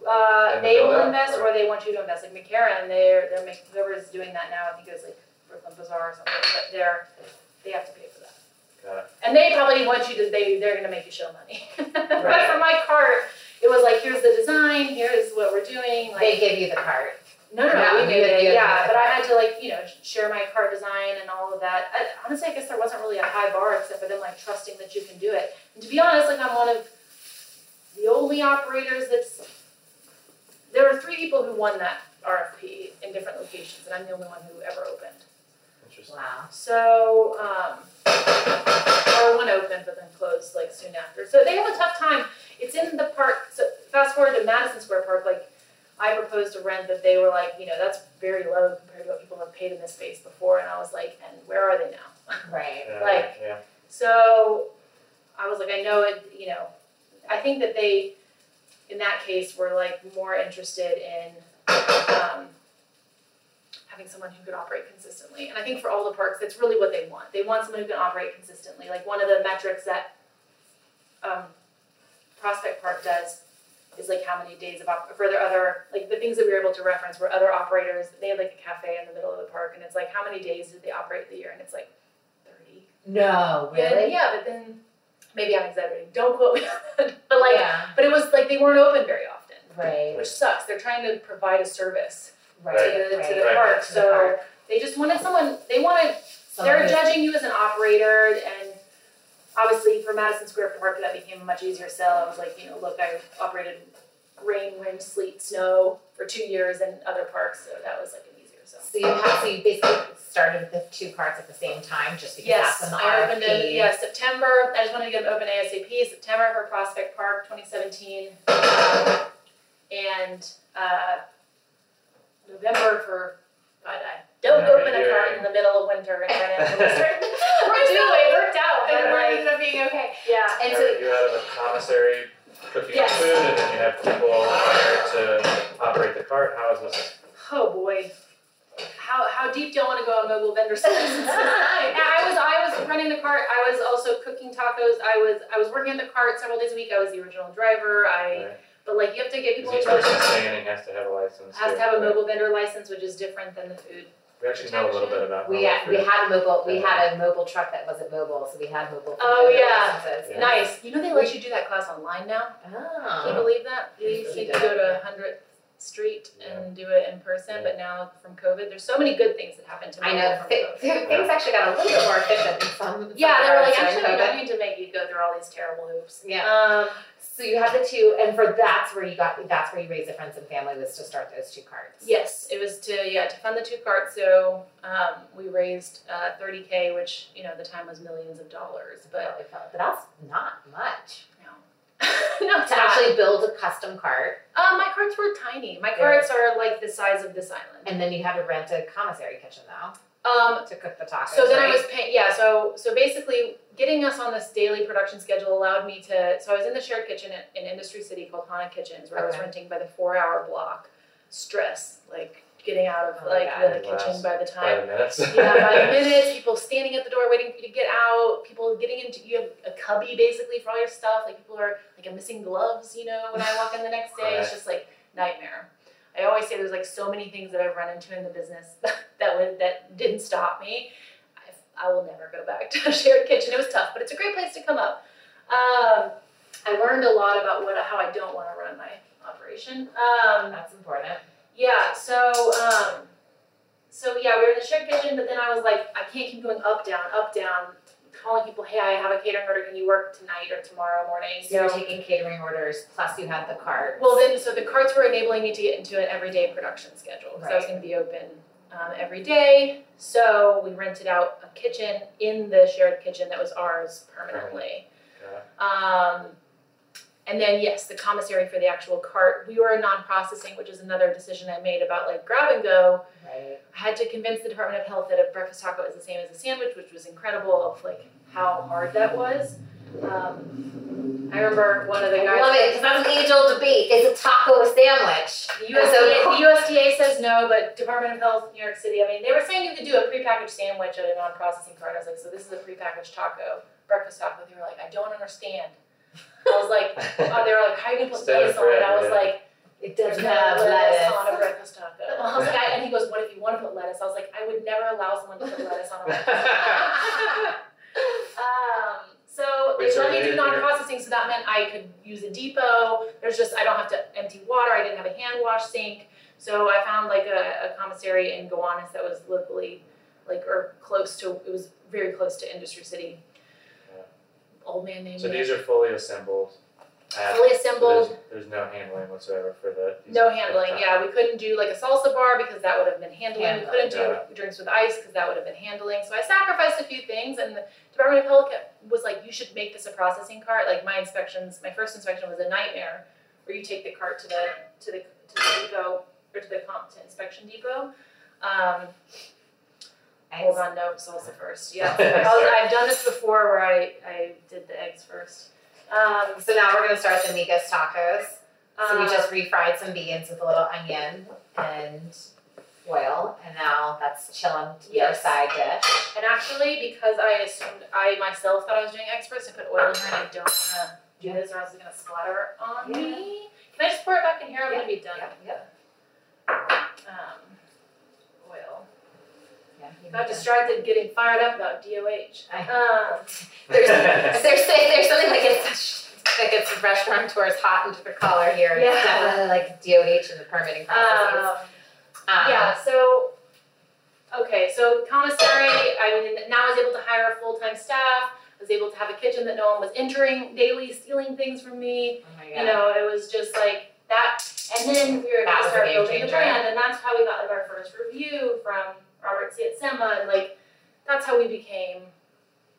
F: uh
D: And
F: they
D: build
F: will
D: up,
F: invest
D: or-
F: or they want you to invest. Like McCarran, they're they're making whoever's doing that now, I think it was like Brooklyn Bazaar or something, but they're they have to pay for that.
D: Got it.
F: And they probably want you to they they're gonna make you show money.
D: Right.
F: but for my cart, it was like here's the design, here's what we're doing, like
E: they give you the card.
F: No, no,
E: Yeah,
F: no, we
E: you
F: knew
E: had- you
F: it,
E: had
F: yeah,
E: to-
F: but I had to like, you know, sh- share my car design and all of that. I, honestly, I guess there wasn't really a high bar except for them like trusting that you can do it. And to be honest, like I'm one of the only operators that's, there were three people who won that RFP in different locations and I'm the only one who ever opened.
D: Interesting.
E: Wow.
F: So, um, or one opened but then closed like soon after. So they have a tough time. It's in the park. So fast forward to Madison Square Park. Like I proposed a rent that they were like, you know, that's very low compared to what people have paid in this space before. And I was like, and where are they now?
E: Right.
D: Yeah,
F: Like-
D: yeah.
F: So I was like, I know it. You know, I think that they, in that case, were like more interested in. Um, having someone who could operate consistently. And I think for all the parks, that's really what they want. They want someone who can operate consistently. Like one of the metrics that um, Prospect Park does is like how many days of op- for their other like the things that we were able to reference were other operators. They had like a cafe in the middle of the park, and it's like how many days did they operate the year? And it's like thirty.
E: No,
F: Yeah,
E: really?
F: yeah, but then maybe I'm exaggerating. Don't quote me. on that. but like,
E: Yeah.
F: but it was like they weren't open very often,
E: Right.
F: which sucks. They're trying to provide a service
E: Right.
F: to the,
E: right.
F: to the
D: Right.
F: park.
E: To the
F: So
E: park.
F: they just wanted someone. They wanted.
E: Someone
F: they're
E: who's-
F: judging you as an operator, and obviously for Madison Square Park, that became a much easier sell. I was like, you know, look, I operated rain, wind, sleet, snow for two years in other parks, so that was like an easier sell.
E: So you have so you basically started the two cards at the same time just because
F: Yes,
E: that's an
F: I opened
E: RFP.
F: it. Yeah, September. I just wanted to get them open ASAP. September for Prospect Park, 2017, um, and uh, November for Bye Dye. Don't
D: Yeah,
F: open a
D: yeah.
F: car in the middle of winter and then it's gonna start- We're doing it. Worked out, but
E: Yeah.
F: like ended up being okay. Yeah.
E: And
D: Now,
E: so
D: you have a commissary cooking
F: Yes.
D: food, and then you have people hired to operate the cart. How is this?
F: Oh boy. How how deep do you want to go on mobile vendor services? Yeah, I was I was running the cart. I was also cooking tacos. I was I was working at the cart several days a week. I was the original driver. I
D: Right.
F: But like you have to get people
D: 'Cause each
F: to
D: person standing has to have a license.
F: has
D: too,
F: to have a
D: right?
F: mobile vendor license, which is different than the food.
D: We actually know a little bit about
E: we
D: mobile
E: had, we
D: food.
E: had a mobile we had a mobile truck that wasn't mobile, so we had mobile.
F: Oh, yeah.
E: licenses.
D: Yeah.
F: Nice. You know they let you do that class online now. Can you
E: Oh.
F: believe that? Uh-huh. They used to go to Hundredth Street and do it in person, but now from COVID, there's so many good things that happened to me.
E: I know
F: from
E: th-
F: COVID.
E: things actually got a little bit more efficient in some.
F: Yeah, they were like,
E: some regards
F: actually, we
E: during
F: don't
E: COVID.
F: need to make you go through all these terrible hoops.
E: Yeah.
F: Um,
E: So you have the two, and for that's where you got that's where you raised the friends and family was to start those two cards.
F: Yes, it was to yeah to fund the two carts. So um, we raised uh, 30k, which you know at the time was millions of dollars, but
E: But, but that's not much
F: no, no, it's
E: to
F: not.
E: actually build a custom cart,
F: Uh, my carts were tiny. My
E: Yeah.
F: carts are like the size of this island.
E: and then you had to rent a commissary kitchen though.
F: Um,
E: to cook the tacos.
F: so then
E: right?
F: I was paying, yeah. So so basically, getting us on this daily production schedule allowed me to. So I was in the shared kitchen at, in Industry City called Hana Kitchens, where I was
E: Okay.
F: renting by the four-hour block. Stress, like getting out of
E: Oh my
F: like
E: God.
F: the kitchen
D: Last
F: by the time
D: Five minutes.
F: yeah, by the minutes, people standing at the door waiting for you to get out, people getting into you have a cubby basically for all your stuff. Like people are like I'm missing gloves, you know, when I walk in the next day. It's
D: Right.
F: just like nightmare. I always say there's like so many things that I've run into in the business that would that didn't stop me. I, I will never go back to a shared kitchen. It was tough, but it's a great place to come up. Um, I learned a lot about what how I don't want to run my operation. Um,
E: That's important.
F: yeah, so um so yeah, we were in the shared kitchen, but then I was like, I can't keep going up, down, up, down, calling people, hey, I have a catering order, can you work tonight or tomorrow morning?
E: So
F: So
E: you're taking catering orders, plus you had the cart.
F: well then so the carts were enabling me to get into an everyday production schedule. So I was
E: Right.
F: gonna be open um, every day. So we rented out a kitchen in the shared kitchen that was ours permanently. Um, and then yes, the commissary for the actual cart. We were non-processing, which is another decision I made about like grab and go.
E: right.
F: I had to convince the Department of Health that a breakfast taco is the same as a sandwich, which was incredible of like how hard that was. Um, I remember one of the
E: I
F: guys.
E: love it because that's an age-old debate. Is a taco a sandwich?
F: The USDA, the USDA says no, but Department of Health, New York City. I mean, they were saying you could do a prepackaged sandwich at a non-processing cart. I was like, so this is a prepackaged taco, breakfast taco. They were like, I don't understand. I was like, oh, they were like, how are you gonna put
D: Instead of
F: lettuce on it? I
D: bread,
F: was
D: yeah.
F: like,
E: It
F: there's
E: doesn't
F: no
E: have
F: lettuce
E: lettuce.
F: on a breakfast taco. I was like, I, and he goes, what if you want to put lettuce? I was like, I would never allow someone to put lettuce on a breakfast taco. Um, so they
D: Wait, so
F: let me
D: they-
F: do non-processing, so that meant I could use a depot. There's just I don't have to empty water. I didn't have a hand wash sink, so I found like a, a commissary in Gowanus that was locally, like or close to. It was very close to Industry City.
D: Yeah.
F: Old man named
D: So
F: me.
D: these are fully assembled. at-
F: fully assembled.
D: There's, there's no handling whatsoever for the. these-
F: No handling, yeah. We couldn't do like a salsa bar because that would have been handling.
E: Handling,
F: we couldn't do
D: yeah.
F: drinks with ice because that would have been handling. So I sacrificed a few things, and the Department of Health kept- was like, "You should make this a processing cart." Like my inspections, my first inspection was a nightmare, where you take the cart to the to the to the depot or to the comp to inspection depot. Um, hold on, no salsa first. Yeah, I was, I've done this before where I I did the eggs first. Um,
E: So now we're gonna start the migas tacos. So we
F: um,
E: just refried some beans with a little onion and oil, and now that's chilling to be our
F: Yes.
E: side dish.
F: And actually, because I assumed I myself thought I was doing experts, I put oil in here and I don't wanna do this or else it's gonna splatter on
E: Yeah.
F: me. Can I just pour it back in here? I'm gonna be done.
E: Yep, yep.
F: Um, oil.
E: Yeah, you
F: Got
E: need to-
F: distracted getting fired up about DOH.
E: I-
F: Um,
E: There's, there's, there's something like it's like it's restauranteurs hot under the collar here. It's
F: Yeah.
E: definitely like DOH and the permitting processes.
F: um, yeah, so, okay, so commissary, I mean, now I was able to hire a full-time staff, I was able to have a kitchen that no one was entering daily, stealing things from me.
E: Oh my
F: You
E: god.
F: know, it was just like that. And then we were
E: That
F: able to
E: was a
F: start
E: game
F: building the
E: changer.
F: brand, and that's how we got like our first review from Robert Sietsema, and like that's how we became.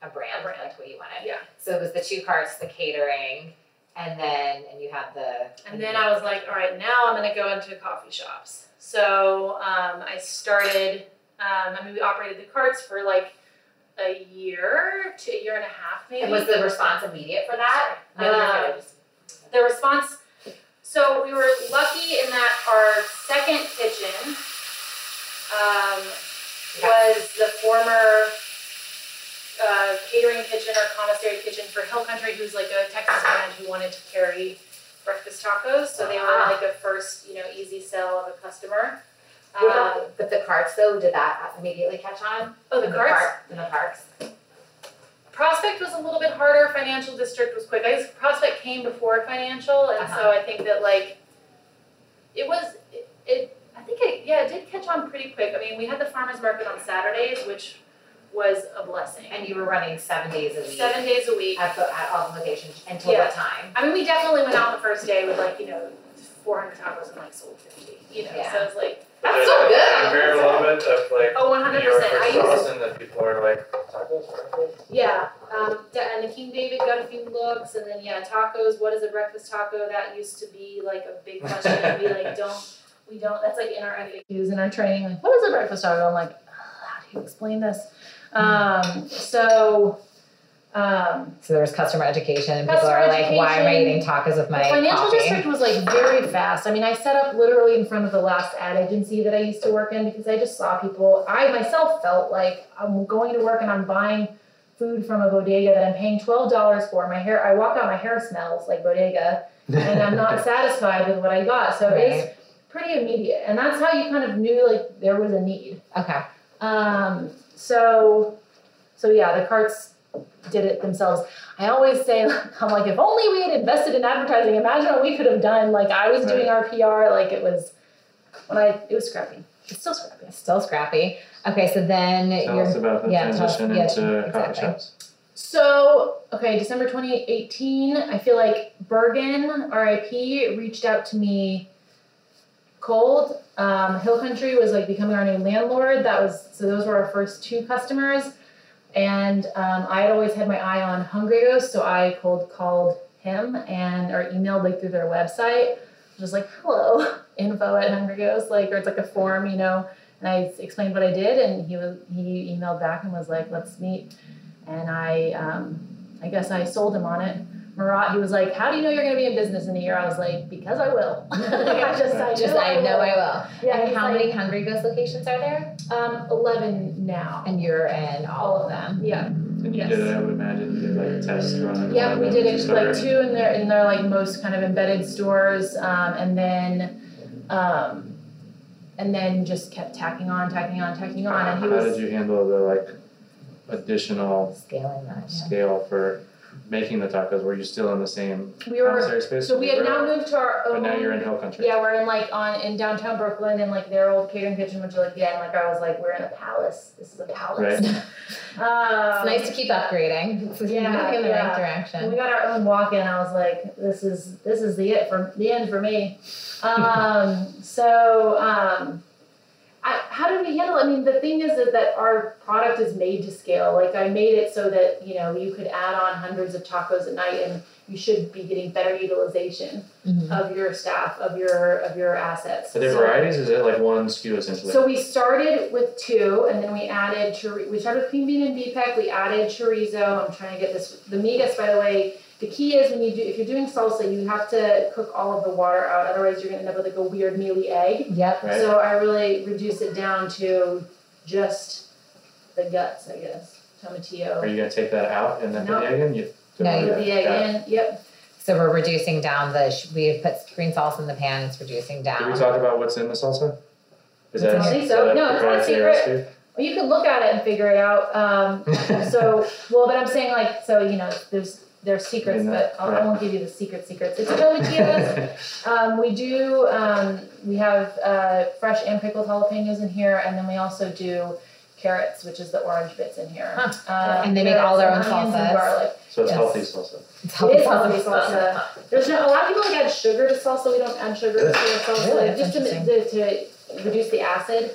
E: a brand,
F: A brand.
E: like what you wanted.
F: Yeah.
E: So it was the two carts, the catering, and then and you had the
F: And then I was like, all right, now I'm gonna go into coffee shops. So um, I started. Um, I mean, we operated the carts for like a year to a year and a half, maybe.
E: and was the response immediate for that? No, no, no,
F: Um, the response so we were lucky in that our second kitchen um, was the former uh, catering kitchen or commissary kitchen for hill country who's like a texas brand who wanted to carry breakfast tacos so they were
E: Ah.
F: like a first you know easy sell of a customer
E: What
F: um,
E: about- but the carts though, did that immediately catch on?
F: oh the
E: In
F: carts
E: park- in the parks.
F: Prospect was a little bit harder. Financial District was quick. I guess Prospect came before Financial, and
E: Uh-huh.
F: so I think that like it was it. it I think it yeah it did catch on pretty quick. I mean we had the farmers market on Saturdays, which was a blessing.
E: And you were running seven days a week
F: seven days a week.
E: at the at all the locations until
F: Yeah.
E: what time?
F: I mean we definitely went out the first day with like you know 400 tacos and like sold 50. You know so it's like
E: That's so good.
D: Compare a little bit of like.
F: oh 100
D: New York
F: percent. I
D: versus
F: used
D: Boston that people are like tacos, tacos?
F: Yeah, um, da- and the King David got a few looks, and then yeah, tacos. What is a breakfast taco? That used to be like a big question. and we like don't, we don't. That's like in our FAQs in our training. Like, what is a breakfast taco? I'm like, "Ugh, how do can explain this. Um, so, um,
E: So there was customer education, and people
F: Customer
E: are like, "Why am I
F: education.
E: eating tacos with
F: the
E: my
F: financial
E: coffee?"
F: district was like very fast. I mean, I set up literally in front of the last ad agency that I used to work in because I just saw people. I myself felt like I'm going to work and I'm buying food from a bodega that I'm paying twelve dollars for. My hair, I walk out, my hair smells like bodega, and I'm not satisfied with what I got. So
E: Right.
F: it's pretty immediate, and that's how you kind of knew like there was a need.
E: Okay.
F: Um, so, so yeah, the carts did it themselves. I always say, I'm like, if only we had invested in advertising, imagine what we could have done. Like I was doing our PR, like it was when I, it was scrappy. It's still scrappy.
E: Still scrappy. Okay, so then
D: Tell
E: you're
D: us about the
E: yeah, tell us-
D: transition
E: yeah,
D: into coffee
E: exactly.
D: shops.
F: So, okay, December 2018, I feel like Bergen, RIP, reached out to me cold. Um, Hill Country was like becoming our new landlord. That was, so those were our first two customers. And um, I had always had my eye on Hungry Ghost, so I cold called him and or emailed like through their website. Just like, hello, info at Hungry Ghost, like, or it's like a form, you know. And I explained what I did, and he was he emailed back and was like, let's meet and I, um, I guess I sold him on it. Marat, he was like, "How do you know you're going to be in business in a year?" I was like, "Because I will." like I just, I
E: just
F: know
E: I know I will.
F: will. Yeah,
E: and
F: he's
E: how
F: like,
E: many Hungry Ghost locations are there?
F: Um, eleven now.
E: And you're in all of them.
F: Yeah,
D: And you
F: Yes.
D: did, I would imagine, you did like a test run.
F: yeah, we did it
D: it
F: like two in their in their like most kind of embedded stores, um, and then, um, and then just kept tacking on, tacking on, tacking on, and he
D: How did
F: was.
D: you handle the like additional
E: Scaling that. yeah.
D: scale for making the tacos? Were you still in the same
F: We were
D: commissary space?
F: so we had
D: Were-
F: now moved to our
D: But
F: own.
D: now you're in Hill Country.
F: Yeah, we're in like on in downtown Brooklyn in like their old catering kitchen, which like yeah, and like I was like, we're in a palace. This is a palace. um,
E: It's nice to keep upgrading. It's
F: Yeah,
E: moving in the
F: yeah.
E: right
F: when
E: direction.
F: we got our own walk-in, I was like, this is this is the it for the end for me. Um, so um, I, how did we handle? it? I mean, the thing is, is that our product is made to scale. Like I made it so that you know you could add on hundreds of tacos a night, and you should be getting better utilization
E: Mhm.
F: of your staff, of your of your assets.
D: Are there
F: So-
D: varieties? Is it like one skew essentially?
F: So we started with two, and then we added chorizo. We started with cream bean and BPEC. We added chorizo. I'm trying to get this. The migas, by the way, the key is when you do if you're doing salsa, you have to cook all of the water out. Otherwise, you're gonna end up with like a weird mealy egg.
E: Yep.
D: Right.
F: So I really reduce it down to just the guts, I guess. Tomatillo.
D: Are you gonna take that out and then put
F: No.
D: the egg in? You don't
E: No,
D: wanna
E: you
D: do that.
F: Put the egg in. Yep.
E: So we're reducing down the. sh- We put green sauce in the pan. It's reducing down.
D: Did we talk about what's in the salsa? Is
E: I
D: that
E: don't
F: think
D: is
F: so.
D: that a
F: No, it's not
D: proprietary
F: secret. Well, you can look at it and figure it out. Um,
D: recipe?
F: so well but i'm saying like so you know there's there's secrets
D: You know,
F: but I'll,
D: right.
F: i won't give you the secret secrets it's tomatillos um, we do um, we have uh, fresh and pickled jalapenos in here and then we also do carrots which is the orange bits in here
E: Huh.
F: Um,
E: And they make all their
F: carrots and
E: own
F: onions and
E: salsas.
F: garlic
D: So it's
E: Yes.
D: healthy salsa.
E: It's
F: it is healthy salsa. There's no, a lot of people like add sugar to salsa. We don't add sugar to salsa,
E: Really? That's
F: just to, to, to reduce the acid.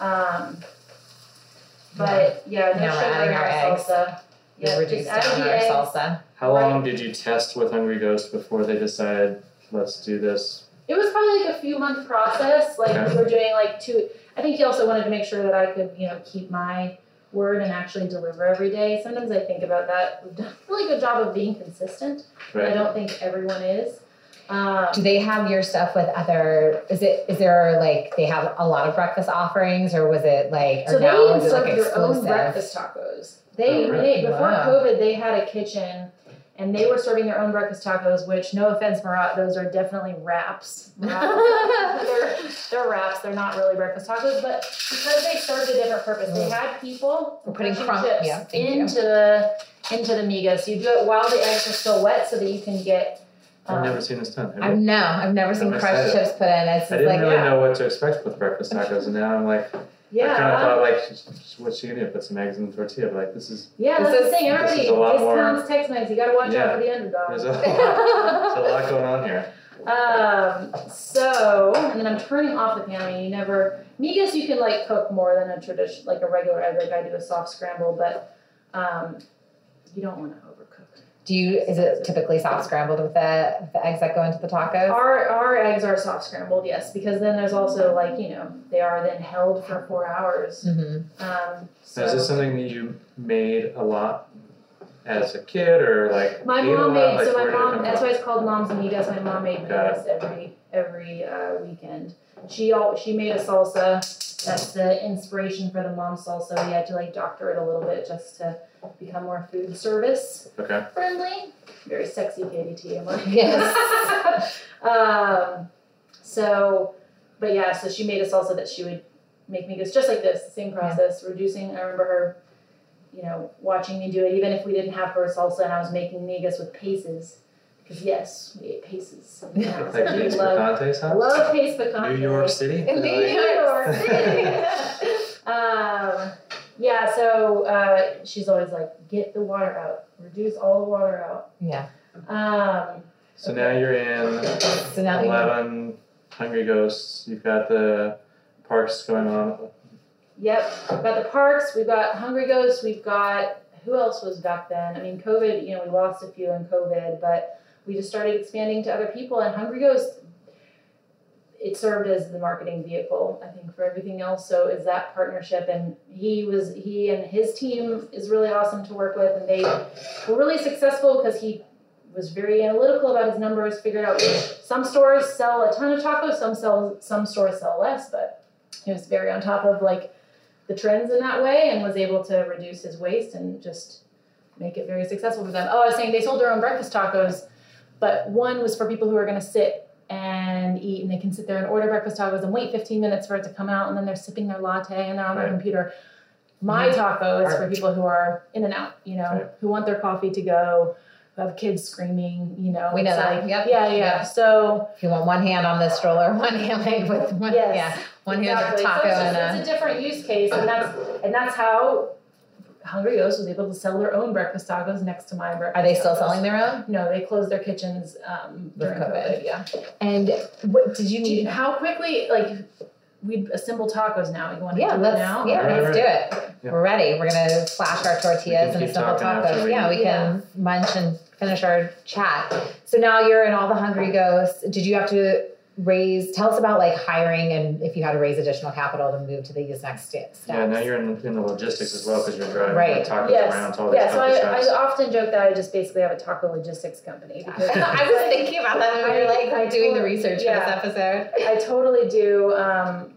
F: Um, but yeah, no
E: Now we're
F: sugar
E: adding
F: in
E: our eggs.
F: salsa.
E: We
F: Yeah,
E: reduced
F: just add
E: down
F: the
E: our
F: eggs.
E: salsa.
D: How long did you test with Hungry Ghost before they decided let's do this?
F: It was probably like a few month process. Like
D: Okay.
F: we were doing like two. I think he also wanted to make sure that I could, you know, keep my word and actually deliver every day. Sometimes I think about that. We've done a really good job of being consistent. but I
D: Right.
F: don't think everyone is. Um,
E: Do they have your stuff with other? Is it? Is there like they have a lot of breakfast offerings, or was it like?
F: So
E: or
F: they
E: now
F: even
E: is it
F: served
E: like
F: their own
E: exclusive?
F: breakfast tacos. They,
D: Oh,
F: they
D: really?
F: before
E: Wow.
F: COVID, they had a kitchen, and they were serving their own breakfast tacos. Which, no offense, Marat, those are definitely wraps. Marat- they're, they're wraps. They're not really breakfast tacos, but because they served a different purpose, they
E: Mm.
F: had people
E: We're putting
F: crunching
E: crumb-
F: chips
E: yeah, thank you.
F: into the into the migas. You do it while the eggs are still wet, so that you can get.
D: I've
F: um,
D: never seen this done. Have
E: I've
D: you?
E: no, I've never seen
D: I'm
E: crushed
D: excited.
E: chips put in. It's
D: I
E: just
D: didn't
E: like
D: really
E: yeah.
D: know what to expect with breakfast tacos, and now I'm like, I kind
F: yeah,
D: of thought like, sh- sh- what's she gonna do? Put some eggs in the tortilla? But like, this is
F: yeah.
E: This
F: That's
E: is-
F: the thing.
D: this is
F: Everybody
D: a lot more-
F: discounts Tex-Mex. You got to watch out for the underdog.
D: there's a lot, there's a lot going on here.
F: Um, so, and then I'm turning off the pan. I mean, you never, migas you can like cook more than a tradition, like a regular egg. Like I do a soft scramble, but um, you don't want to overcook.
E: Do you? Is it typically soft scrambled with the, with the eggs that go into the tacos?
F: Our our eggs are soft scrambled, yes, because then there's also like you know they are then held for four hours.
E: Mm-hmm.
F: Um, so
D: Is this something that you made a lot as a kid, or like
F: my
D: ate a lot?
F: mom made
D: Like,
F: so
D: where
F: my
D: did it
F: mom
D: come
F: that's
D: from?
F: why it's called Mom's Amigas. My mom made
D: Got
F: amigas every every uh, weekend. She al- she made a salsa. That's the inspiration for the mom salsa. We had to like doctor it a little bit just to become more food service
D: Okay.
F: friendly. Very sexy Katie T. am I?
E: Yes.
F: um, so, but yeah, so she made a salsa that she would make me goes just like this, the same process, reducing. I remember her, you know, watching me do it, even if we didn't have her salsa and I was making migas with paces. Because yes, we ate paces. in the house.
D: Like
F: We
D: James
F: love,
D: Picante's house?
F: love pace pecan.
D: New York City?
E: In
D: They're
E: New
D: like,
E: York
F: um, yeah, so uh, she's always like, get the water out, reduce all the water out.
E: Yeah.
F: Um,
D: So now you're in
E: So now you,
D: 11 Hungry Ghosts. You've got the parks going on.
F: yep, we've got the parks, we've got Hungry Ghosts, we've got who else was back then? I mean, COVID, you know, we lost a few in COVID, but we just started expanding to other people, and Hungry Ghost, it served as the marketing vehicle, I think, for everything else. So is that partnership, and he was he and his team is really awesome to work with, and they were really successful because he was very analytical about his numbers, figured out which some stores sell a ton of tacos, some sell some stores sell less, but he was very on top of like the trends in that way and was able to reduce his waste and just make it very successful for them. Oh, I was saying they sold their own breakfast tacos, but one was for people who are gonna sit and eat and they can sit there and order breakfast tacos and wait 15 minutes for it to come out and then they're sipping their latte and they're on
D: Right.
F: their computer. My taco is for people who are in and out, you know,
D: Right.
F: who want their coffee to go, who have kids screaming, you know.
E: We know
F: it's
E: that.
F: like-
E: Yep.
F: Yeah, yeah.
E: Yep.
F: So
E: you want one hand on the stroller, one hand like with one,
F: Yes.
E: yeah, one hand
F: exactly.
E: with a taco
F: so it's, just-
E: and
F: it's a different use case, and that's and that's how Hungry Ghost was able to sell their own breakfast tacos next to my
E: a.
F: breakfast.
E: Are they still
F: tacos.
E: selling their own?
F: No, they closed their kitchens um,
E: With
F: during
E: COVID.
F: COVID. Yeah.
E: And what did you
F: Do you
E: need?
F: know how quickly like we assemble tacos now? You want to
E: Oh, Yeah,
F: do
E: let's
F: it now?
E: yeah,
D: Right,
E: let's do it.
D: Yeah.
E: We're ready. We're gonna flash our tortillas
D: keep
E: and stuff
D: talking after
E: tacos.
D: we-
E: Yeah, we can munch and finish our chat. So now you're in all the Hungry Ghosts. Did you have to raise? Tell us about like hiring and if you had to raise additional capital to move to these next sta- steps.
D: Yeah, now you're in, in the logistics as well because you're driving
E: Right.
D: tacos
F: Yes.
D: around to all these
F: Yeah, so
D: coffee
F: I,
D: shops.
F: I often joke that I just basically have a taco logistics company. Because
E: I was thinking about that when we were like
F: I- I
E: doing the
F: totally-
E: research
F: yeah.
E: for this episode.
F: I totally do um,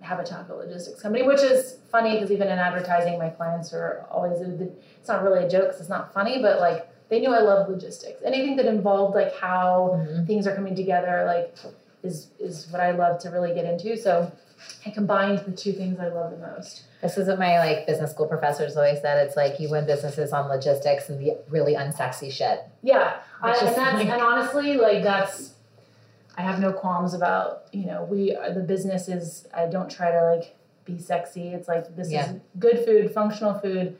F: have a taco logistics company, which is funny because even in advertising, my clients are always. It's not really a joke 'cause it's not funny, but like they knew I love logistics. Anything that involved like how
E: Mhm.
F: things are coming together, like is is what I love to really get into. So I combined the two things I love the most.
E: This is what my like business school professors always said. It's like you win businesses on logistics and the really unsexy shit.
F: Yeah, I,
E: Which is
F: and that's
E: like-
F: and honestly, like that's. I have no qualms about you know we are, the business is. I don't try to like be sexy. It's like this
E: Yeah.
F: is good food, functional food,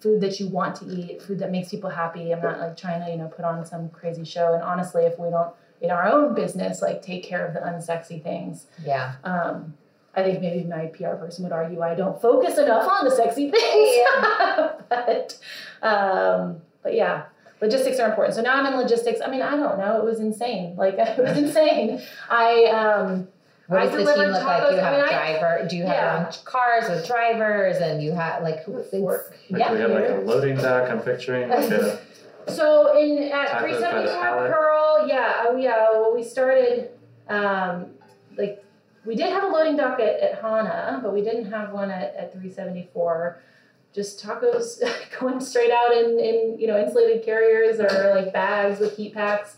F: food that you want to eat, food that makes people happy. I'm not like trying to you know put on some crazy show. And honestly, if we don't in our own business like take care of the unsexy things,
E: Yeah.
F: um, I think maybe my PR person would argue I don't focus enough on the sexy things. but, um, but yeah, logistics are important. So now I'm in logistics. I mean, I don't know. It was insane. Like it was insane. I um,
E: What
F: I
E: does the team
F: delivered
E: look like?
F: tacos.
E: You
F: I
E: have
F: mean, I-
E: driver. Do you have
F: Yeah.
E: your own cars with drivers, and you have like who it's-
D: like
E: Yeah.
D: we have like a loading dock, I'm picturing. Like a,
F: So in at
D: Tacos by the
F: 375
D: pallet.
F: Pearl, yeah, oh yeah, well, we started um, like we did have a loading dock at, at Hana, but we didn't have one at, at 374. Just tacos going straight out in, in you know insulated carriers or like bags with heat packs.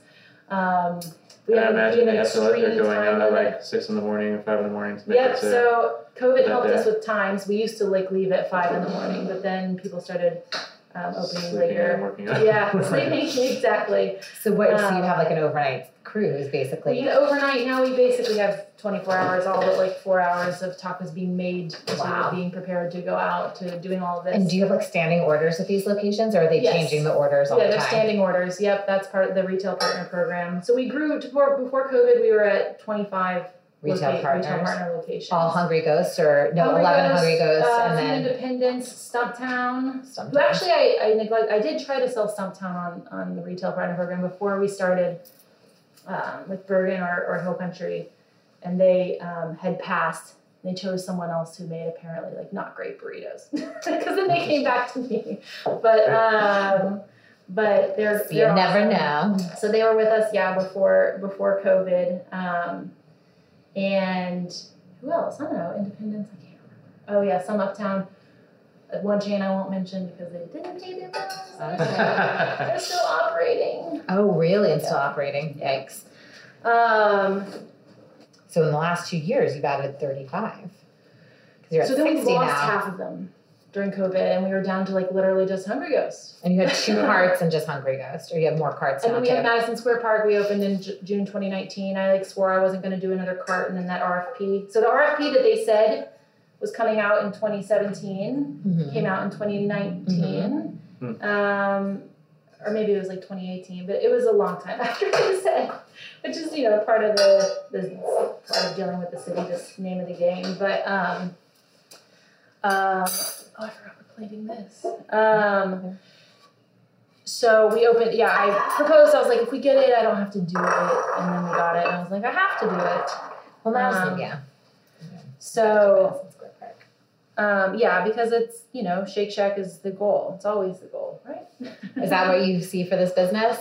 F: Um,
D: and I imagine
F: we
D: they
F: had
D: have to let
F: extreme
D: they're going
F: time
D: out at
F: limit.
D: like 6 in the morning or 5 in the morning to make
F: Yep.
D: it to.
F: So COVID
D: that
F: helped us
D: day.
F: with times. We used to like leave at five in the morning, but then people started um, opening
D: Sleeping and
F: later.
D: working out.
F: Yeah, sleeping exactly.
E: So what? so
F: Um,
E: you have like an overnight cruise, basically.
F: We overnight now. We basically have twenty four hours, all but like four hours of tacos being made, to
E: Wow.
F: being prepared to go out to doing all of this.
E: And do you have like standing orders at these locations, or are they
F: Yes.
E: changing the orders all
F: yeah,
E: the
F: they're
E: time?
F: standing orders. Yep, that's part of the retail partner program. So we grew to before, before COVID. We were at twenty five
E: retail
F: loca-
E: partners.
F: retail partner locations.
E: All Hungry Ghosts or no,
F: Hungry
E: eleven
F: Ghost,
E: Hungry Ghosts,
F: uh,
E: and
F: Food
E: then
F: Independence, Stumptown.
E: sometimes.
F: Who actually I, I neglect I did try to sell Stumptown on, on the retail partner program before we started um, with Bergen or, or Hill Country and they um, had passed they chose someone else who made apparently like not great burritos because then they came back to me but um, but there's
E: you never know.
F: so they were with us yeah before before covid um, and who else i don't know independence i can't remember oh yeah some uptown Uh, one chain i won't mention because they didn't pay their bills they're still operating
E: Oh, really? It's still operating. Yikes.
F: um,
E: So in the last two years, you've added 35. Because you're at
F: so then we
E: 60 now.
F: lost half of them during covid and we were down to like literally just hungry ghosts
E: and you had two carts and just Hungry Ghost, or you have more carts
F: and
E: now
F: then we
E: too.
F: had Madison Square Park. We opened in J- June 2019. I like swore I wasn't going to do another cart, and then that RFP. So the RFP that they said was coming out in 2017
E: Mhm.
F: came out in 2019, um, or maybe it was like 2018, but it was a long time after they said, which is you know part of the business, part of dealing with the city, just name of the game. But um, um, oh, I forgot we're plating this. Um, so we opened, yeah, I proposed, I was like, if we get it, I don't have to do it. And then we got it, and I was like, I have to do it.
E: Well, Madison,
F: um,
E: yeah.
F: So,
E: Madison Square Park.
F: um, yeah, because it's, you know, Shake Shack is the goal. It's always the goal, right?
E: Is that what you see for this business?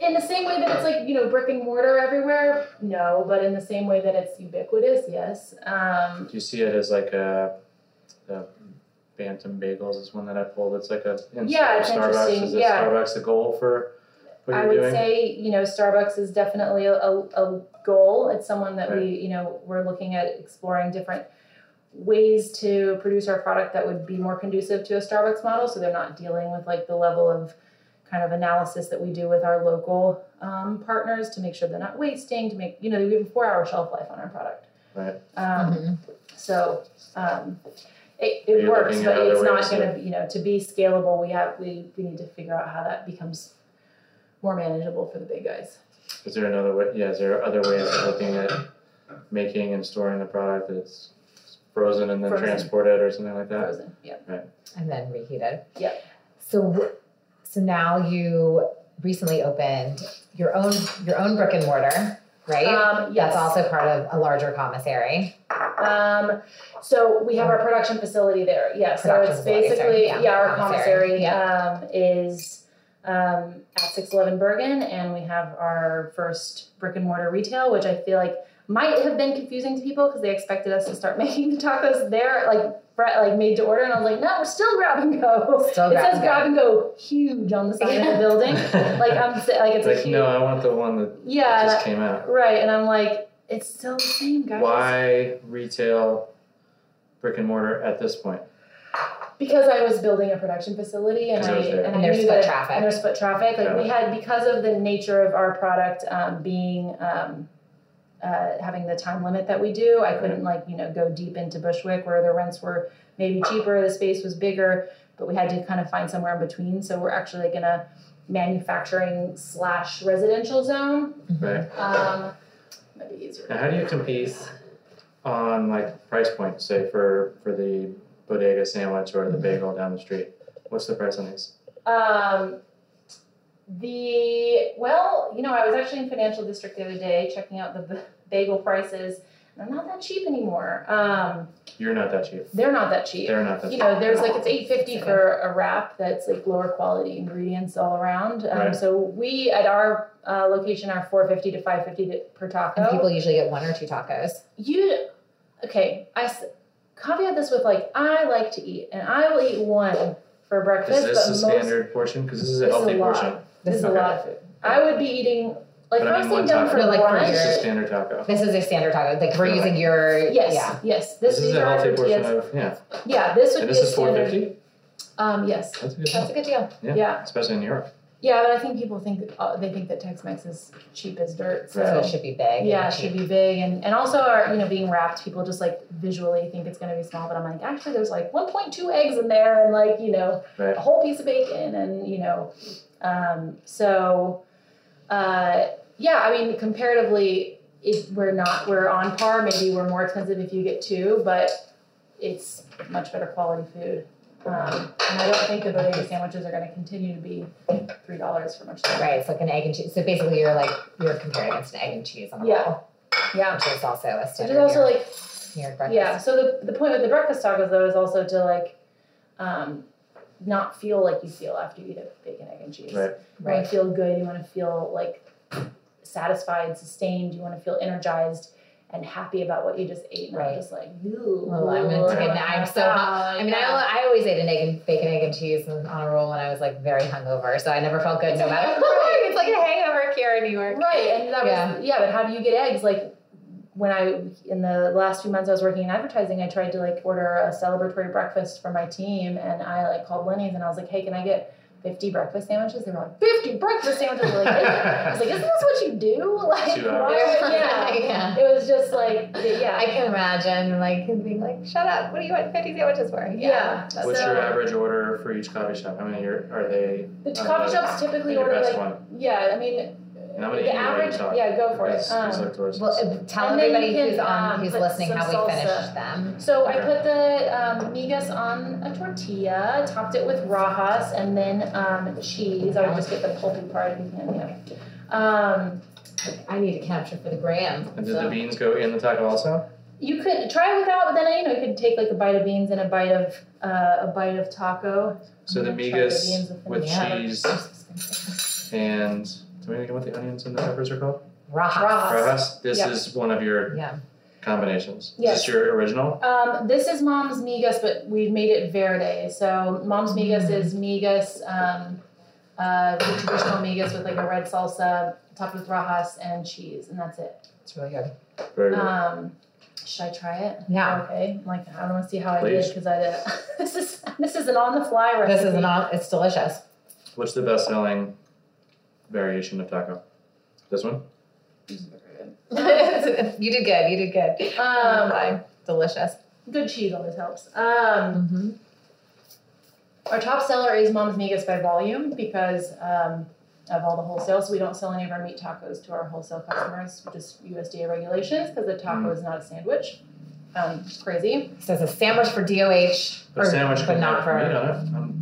F: in the same way that it's like, you know, brick and mortar everywhere? No, but in the same way that it's ubiquitous, yes. Um,
D: Do you see it as like a, the Bantam Bagels is one that I pulled. It's like a in
F: Yeah, it's
D: Starbucks.
F: interesting,
D: Is it
F: yeah.
D: Starbucks the goal for what
F: I
D: you're
F: would
D: doing?
F: say, you know, Starbucks is definitely a, a, a goal. It's someone that we, you know, we're looking at exploring different ways to produce our product that would be more conducive to a Starbucks model. So they're not dealing with like the level of kind of analysis that we do with our local um, partners to make sure they're not wasting, to make, you know, we have a four hour shelf life on our product.
D: Right.
F: Um,
E: Mhm.
F: so um, it,
D: Are
F: it
D: you
F: works,
D: looking at
F: but
D: other
F: it's not
D: ways to-
F: going to you know to be scalable. We have we, we need to figure out how that becomes more manageable for the big guys.
D: Is there another way? Yeah, is there other ways of looking at making and storing the product that's frozen and then
F: Frozen.
D: transported or something like that?
F: Frozen, yeah.
E: And then reheated.
F: Yep.
E: So, wh- so now you recently opened your own your own brick and mortar, right?
F: Um, yes.
E: That's also part of a larger commissary.
F: Um, so we have our production facility there. Yeah. So
E: Production
F: it's
E: facility, sorry,
F: basically
E: yeah,
F: yeah, our
E: commissary,
F: commissary um, is um, at six eleven Bergen, and we have our first brick and mortar retail, which I feel like might have been confusing to people because they expected us to start making the tacos there, like bre- like made to order, and I was like, no, we're still grab and go.
E: Still
F: it
E: grab
F: says
E: and go.
F: grab and go huge on the side of the building. Like I'm s- like it's a
D: like
F: huge
D: no, I want the one that
F: yeah
D: just came out.
F: right, and I'm like it's still the same guys.
D: Why retail brick and mortar at this point?
F: because I was building a production facility and I,
D: Because it was there.
F: and,
E: And
F: I
E: there's
F: knew
E: foot
F: that
E: traffic.
F: and there's foot traffic. Like we had because of the nature of our product um, being um, uh, having the time limit that we do, I couldn't like you know go deep into Bushwick where the rents were maybe cheaper, the space was bigger, but we had to kind of find somewhere in between. So we're actually like in a manufacturing slash residential zone.
D: Right.
F: Um, might be easier.
D: Now, how do you compete on like price point, say for for the bodega sandwich or the bagel down the street? What's the price on these?
F: Um, the well, you know, I was actually in financial district the other day checking out the b- bagel prices. They're not that cheap anymore. Um,
D: You're not that cheap.
F: they're not that cheap.
D: They're not that
F: You
D: cheap.
F: know, there's like it's eight fifty for a wrap that's like lower quality ingredients all around. Um,
D: Right.
F: So we at our uh, location are four fifty to five fifty per taco.
E: And people usually get one or two tacos.
F: you okay? I s- caveat this with like I like to eat and I will eat one for breakfast.
D: Is this
F: but
D: the
F: most,
D: standard portion? Because this is a
F: This is
D: healthy
F: a lot.
D: portion.
F: This is a
D: Okay.
F: lot of food. I would be eating like
D: But I
F: if I
D: mean,
F: was
D: one
F: down
D: time.
F: for
E: No, like, for
F: lunch.
D: This is
E: your-
D: a standard taco.
E: This is a standard taco. Like we're
D: Yeah.
E: using your
F: Yes,
E: yeah.
F: yes. This,
D: This is
F: these
D: a
F: are our
D: healthy portion
F: tortillas.
D: of yeah.
F: Yeah, this would
D: And
F: be
D: this
F: a
D: is four
F: standard.
D: fifty.
F: Um, yes.
D: That's a good deal.
E: That's a good deal.
D: Yeah.
F: Yeah,
D: Especially in New York.
F: yeah, but I think people think uh, they think that Tex-Mex is cheap as dirt. So
E: So it should be big.
F: yeah, it should be big, and and also our you know being wrapped, people just like visually think it's going to be small, but I'm like actually there's like 1.2 eggs in there, and like you know
D: Right.
F: a whole piece of bacon and you know um, so uh, yeah i mean comparatively it, we're not we're on par. Maybe we're more expensive if you get two, but it's much better quality food. Um, and I don't think the bodega sandwiches are going to continue to be three dollars for much longer.
E: Right, it's like an egg and cheese. So basically, you're like you're comparing against an egg and cheese on a
F: Yeah.
E: roll,
F: Yeah,
E: which is also a
F: which
E: standard
F: is
E: here,
F: also like
E: here at breakfast.
F: Yeah. So the, the point with the breakfast tacos though is also to like, um, not feel like you feel after you eat a bacon, egg, and cheese.
D: Right.
F: You want
E: right.
F: to feel good. You want to feel like satisfied, sustained. You want to feel energized and happy about what you just ate. Not
E: Right.
F: just like, ooh,
E: Well, I'm gonna take a
F: wanna
E: nap,
F: pass
E: so
F: out."
E: I mean,
F: Yeah.
E: I, I always ate an egg and bacon, egg and cheese on on a roll when I was like very hungover, so I never felt good
F: It's
E: no
F: like,
E: matter.
F: right.
E: it's like a hangover cure in New York.
F: Right, and that
E: Yeah.
F: was yeah. But how do you get eggs? Like when I in the last few months I was working in advertising, I tried to like order a celebratory breakfast for my team, and I like called Lenny's and I was like, hey, can I get fifty breakfast sandwiches? They were like, fifty breakfast sandwiches. I was like, "Isn't-" I was like, isn't this what you do? Like,
D: Two
F: why
D: hours.
F: would- Oh, yeah.
E: yeah.
F: It was just like yeah.
E: I can imagine like him being like, "Shut up! What do you want fifty sandwiches for?"
F: Yeah.
E: that's-
D: What's
F: So-
D: your average order for each coffee shop? How many are, are they?
F: the
D: uh,
F: coffee shops typically
D: your
F: order
D: best
F: like
D: one.
F: yeah. I mean,
D: And I'm gonna
F: the
D: eat while you
F: average
D: talk,
F: yeah. Go for it.
D: because
F: Um,
D: these look delicious.
E: Well, uh, tell
F: And then you
E: everybody who's
F: can,
E: on,
F: um,
E: who's
F: put
E: listening
F: some
E: how we
F: salsa.
E: finished them.
F: So I
D: Okay.
F: put the um, migas on a tortilla, topped it with rajas, and then um, cheese. I would just get the pulpy part if you can. Yeah. Um,
E: I need to capture for the gram.
D: and did
E: so.
D: the beans go in the taco also?
F: you could try it without, but then you know you could take like a bite of beans and a bite of uh, a bite of taco.
D: So the
F: I'm gonna try the beans
D: migas
F: with
D: with
E: banana.
D: cheese and do we think what the onions and the peppers are called?
E: Rajas.
F: Rajas.
D: Rajas. This
F: Uh, Yeah.
D: is one of your
E: Yeah.
D: combinations. Is
F: Yes.
D: this your original?
F: Um, this is Mom's migas, but we made it verde. So Mom's migas
E: Mm.
F: is migas, um, uh, the traditional migas with like a red salsa topped with rajas and cheese, and that's it.
E: It's really good.
D: Very good.
F: Um, should I try it?
E: Yeah.
F: Okay. I'm like, I want to see how I did
D: Please.
F: because I did. this is this is an on the fly recipe.
E: This is not. It's delicious.
D: What's the best selling variation of taco? This one?
E: you did good. You did good.
F: Um,
E: Fine. delicious.
F: good cheese always helps. Um,
E: Mm-hmm.
F: our top seller is Mom's Migas by volume because um, of all the wholesale. So we don't sell any of our meat tacos to our wholesale customers, just USDA regulations because the taco
D: Mm.
F: is not a sandwich. Um, it's crazy.
E: So it's a sandwich for DOH,
D: A sandwich
E: but
D: can have
E: not for.
D: meat on it. Um,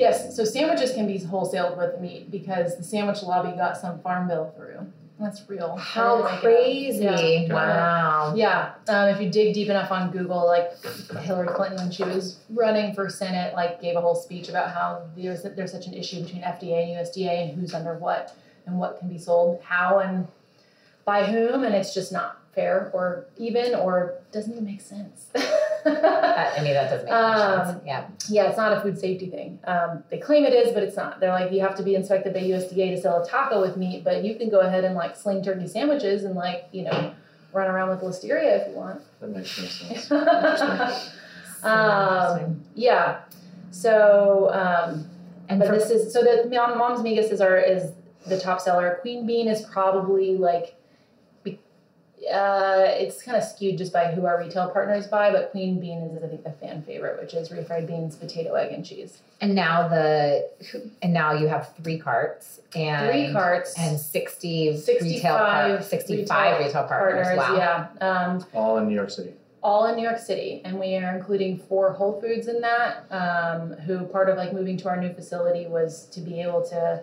F: Yes, so sandwiches can be wholesaled with meat because the sandwich lobby got some farm bill through. That's real. I
E: How
F: didn't make it up.
E: crazy!
F: Yeah.
D: it.
E: Wow.
F: Yeah, um, if you dig deep enough on Google, like Hillary Clinton, when she was running for Senate, like gave a whole speech about how there's there's such an issue between FDA and USDA and who's under what and what can be sold, how and by whom, and it's just not fair or even or doesn't even make sense.
E: That, I mean, that doesn't make
F: Um,
E: sense. Yeah.
F: Yeah, it's not a food safety thing. Um, they claim it is, but it's not. They're like, you have to be inspected by USDA to sell a taco with meat, but you can go ahead and like sling turkey sandwiches and like, you know, run around with listeria if you want.
D: that makes no sense. Interesting.
F: um, yeah. So, um,
E: and
F: but
E: for,
F: this is so the Mom- mom's migas is our is the top seller. Queen bean is probably like, be- uh, it's kind of skewed just by who our retail partners buy, but queen bean is I think the fan favorite, which is refried beans, potato, egg, and cheese.
E: and now the and now you have three carts and
F: Three carts.
E: and 60 retail
F: 65
E: part, 65 retail, partners.
F: Partners,
E: Wow.
F: yeah. Um,
D: All in New York City.
F: all in New York City, and we are including four Whole Foods in that. Um, who part of like moving to our new facility was to be able to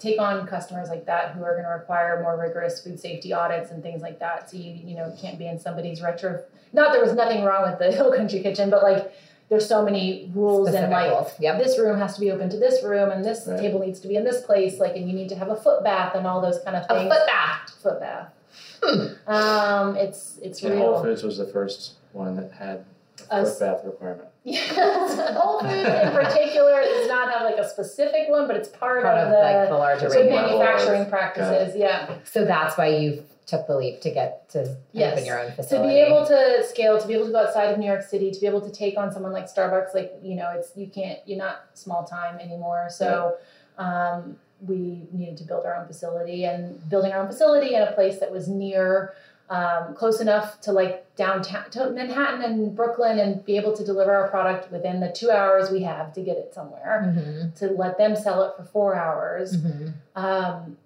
F: take on customers like that who are going to require more rigorous food safety audits and things like that. So you you know can't be in somebody's retro. Not there was nothing wrong with the Hill Country Kitchen, but like there's so many rules
E: Specific
F: and like
E: goals. Yep.
F: this room has to be open to this room and this
D: Right.
F: table needs to be in this place like and you need to have a foot bath and all those kind of
E: A
F: things
E: foot Hmm. bath.
F: foot bath um it's it's
D: And
F: real
D: Whole Foods was the first one that had a
F: Us.
D: foot bath requirement.
F: Yes, Whole Foods in particular does not have like a specific one, but it's part,
E: Part
F: of,
E: of like the larger
F: the good
E: range.
D: level of-
F: manufacturing practices. Yeah,
E: So that's why you took the leap to get to
F: Yes.
E: open your own
F: to
E: facility.
F: be able to scale, to be able to go outside of New York City, to be able to take on someone like Starbucks, like you know, it's you can't, you're not small time anymore. So, um, we needed to build our own facility, and building our own facility in a place that was near. Um, close enough to like downtown to Manhattan and Brooklyn, and be able to deliver our product within the two hours we have to get it somewhere.
E: Mhm,
F: Mm-hmm.
E: Mm-hmm.
F: to let them sell it for four hours.
E: mhm.
F: Um,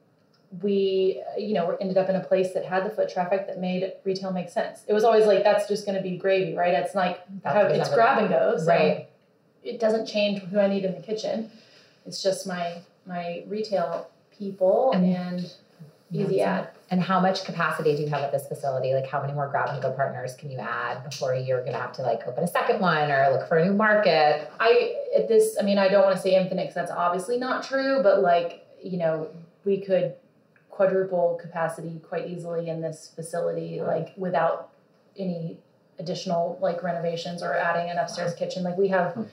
F: we, you know, ended up in a place that had the foot traffic that made retail make sense. It was always like that's just going to be gravy, right? It's like
E: That's
F: how it's um,
E: another-
F: grab and go, so
E: Right.
F: It doesn't change who I need in the kitchen. It's just my my retail people
E: And-
F: and easy
E: That's
F: ad.
E: And how much capacity do you have at this facility? Like, how many more grab and go partners can you add before you're going to have to like open a second one or look for a new market?
F: I at this, I mean, I don't want to say infinite because that's obviously not true, but like you know, we could quadruple capacity quite easily in this facility, like without any additional like renovations or adding an upstairs kitchen. Like we have,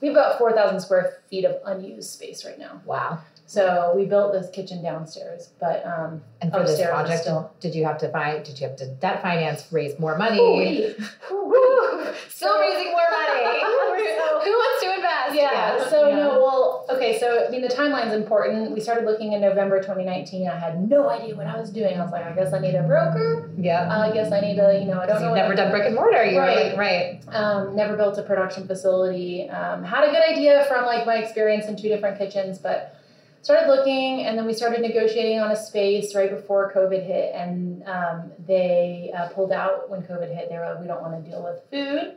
F: we've got four thousand square feet of unused space right now.
E: Wow.
F: So we built this kitchen downstairs, but um,
E: And for this
F: Upstairs is
E: project,
F: still-
E: did you have to find, did you have to debt finance, raise more money?
F: Woo!
E: Still raising more money.
F: So-
E: Who wants to invest?
F: Yeah. So
E: Yeah.
F: no, well, okay. So I mean, the timeline's important. We started looking in November 2019. I had no idea what I was doing. I was like, I guess I need a broker. Uh,
E: Yeah.
F: I guess I need to, you know, I don't
E: Because
F: know.
E: Um, you've
F: what
E: never done brick and mortar. You're
F: Right.
E: like, right.
F: um, never built a production facility. Um, had a good idea from like my experience in two different kitchens, but started looking, and then we started negotiating on a space right before COVID hit, and um, they uh, pulled out when COVID hit. They were like, "We don't want to deal with food."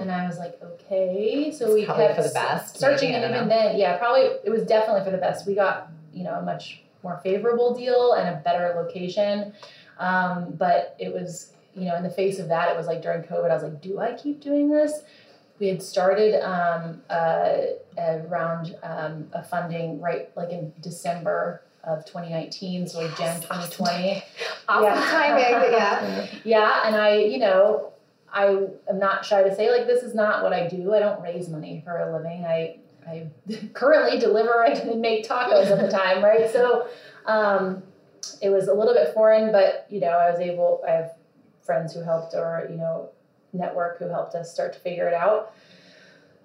F: And I was like, okay. So
E: Hmm. It's
F: we
E: probably
F: kept
E: for the best,
F: searching,
E: maybe, I
F: and
E: don't
F: even then, yeah, probably it was definitely for the best. We got you know a much more favorable deal and a better location, um, but it was you know, in the face of that, it was like during COVID, I was like, do I keep doing this? We had started um, a, a round um, of funding right like in December of 2019, so like Jan 2020.
E: Awesome
F: Yeah.
E: timing. but Yeah.
F: Yeah, and I, you know, I am not shy to say like this is not what I do. I don't raise money for a living. I I currently deliver and make tacos at the time, right? So um, it was a little bit foreign, but you know, I was able. I have friends who helped, or you know, network who helped us start to figure it out.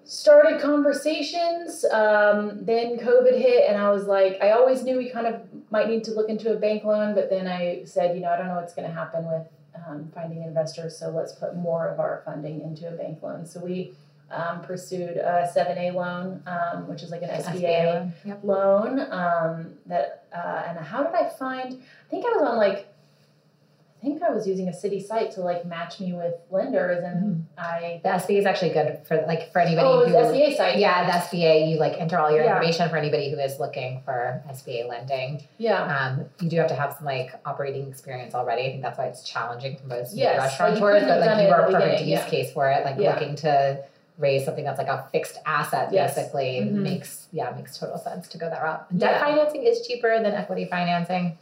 F: Started conversations. Um, then COVID hit, and I was like, I always knew we kind of might need to look into a bank loan, but then I said, you know, I don't know what's going to happen with um, finding investors, so let's put more of our funding into a bank loan. So we um, pursued a 7A loan, um, which is like an SBA
E: SBA. Yep.
F: loan um, that uh, and how did i find i think i was on like i think i was using a city site to like match me with lenders and i
E: The SBA is actually good for like for Mm-hmm. anybody
F: oh it was
E: who
F: sba site
E: Yeah, the SBA, you like enter all your
F: Yeah.
E: information for anybody who is looking for SBA lending.
F: yeah
E: Um, you do have to have some like operating experience already. I think that's why it's challenging for most
F: Yes, like, you
E: restaurateurs, but
F: couldn't have done
E: like you
F: it at
E: are a
F: the
E: perfect
F: beginning,
E: use
F: yeah.
E: case for it. Like
F: Yeah.
E: looking to raise something that's like a fixed asset
F: Yes.
E: basically
F: Mhm.
E: makes yeah, makes total sense to go that route.
F: Yeah.
E: Debt financing is cheaper than equity financing,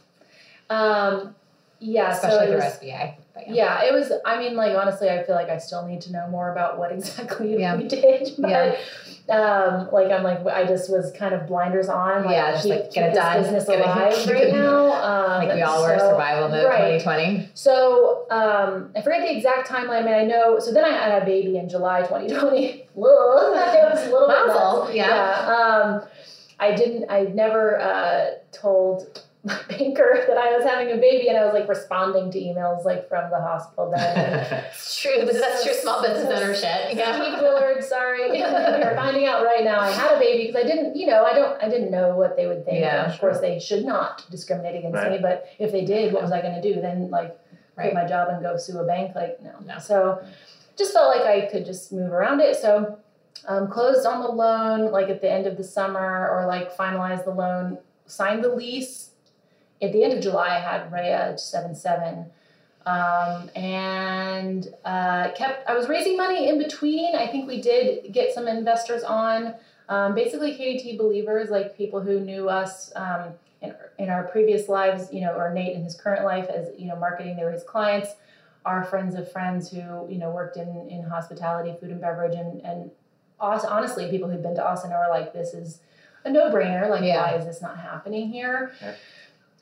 F: um yeah
E: especially
F: so it
E: through
F: was,
E: SBA. But yeah.
F: yeah it was i mean like honestly i feel like i still need to know more about what exactly
E: Yeah.
F: we did but
E: Yeah.
F: um like i'm like i just was kind of blinders on like
E: Yeah, just,
F: keep,
E: like, get it
F: keep this
E: done,
F: business
E: get it-
F: alive right now um
E: Like we all were
F: so-
E: survival mode
F: right.
E: 2020.
F: So um, I forget the exact timeline. I mean, I know. So then I had a baby in July 2020. Whoa, that was a little bit
E: Mazel,
F: nuts.
E: yeah.
F: Um, I didn't. I never uh, told my banker that I was having a baby, and I was like responding to emails like from the hospital. That
E: It's true. That's true small business ownership.
F: Keith
E: Yeah.
F: Willard, sorry, you're finding out right now. I had a baby because I didn't. You know, I don't. I didn't know what they would think.
E: Yeah,
F: and of course, they should not discriminate against
D: Right.
F: me. But if they did, what was I going to do? Then like quit my job and go sue a bank. Like, no.
E: No.
F: So just felt like I could just move around it. So um, closed on the loan like at the end of the summer or like finalized the loan, signed the lease. At the end of July, I had Rhea 77. Um, and uh, kept, I was raising money in between. I think we did get some investors on. Um, basically, KDT believers, like people who knew us um, in, in our previous lives, you know, or Nate in his current life as, you know, marketing, they were his clients, our friends of friends who, you know, worked in, in hospitality, food and beverage, and, and Aus- honestly, people who've been to Austin are like, this is a no brainer. Like,
E: Yeah.
F: why is this not happening here?
D: Right.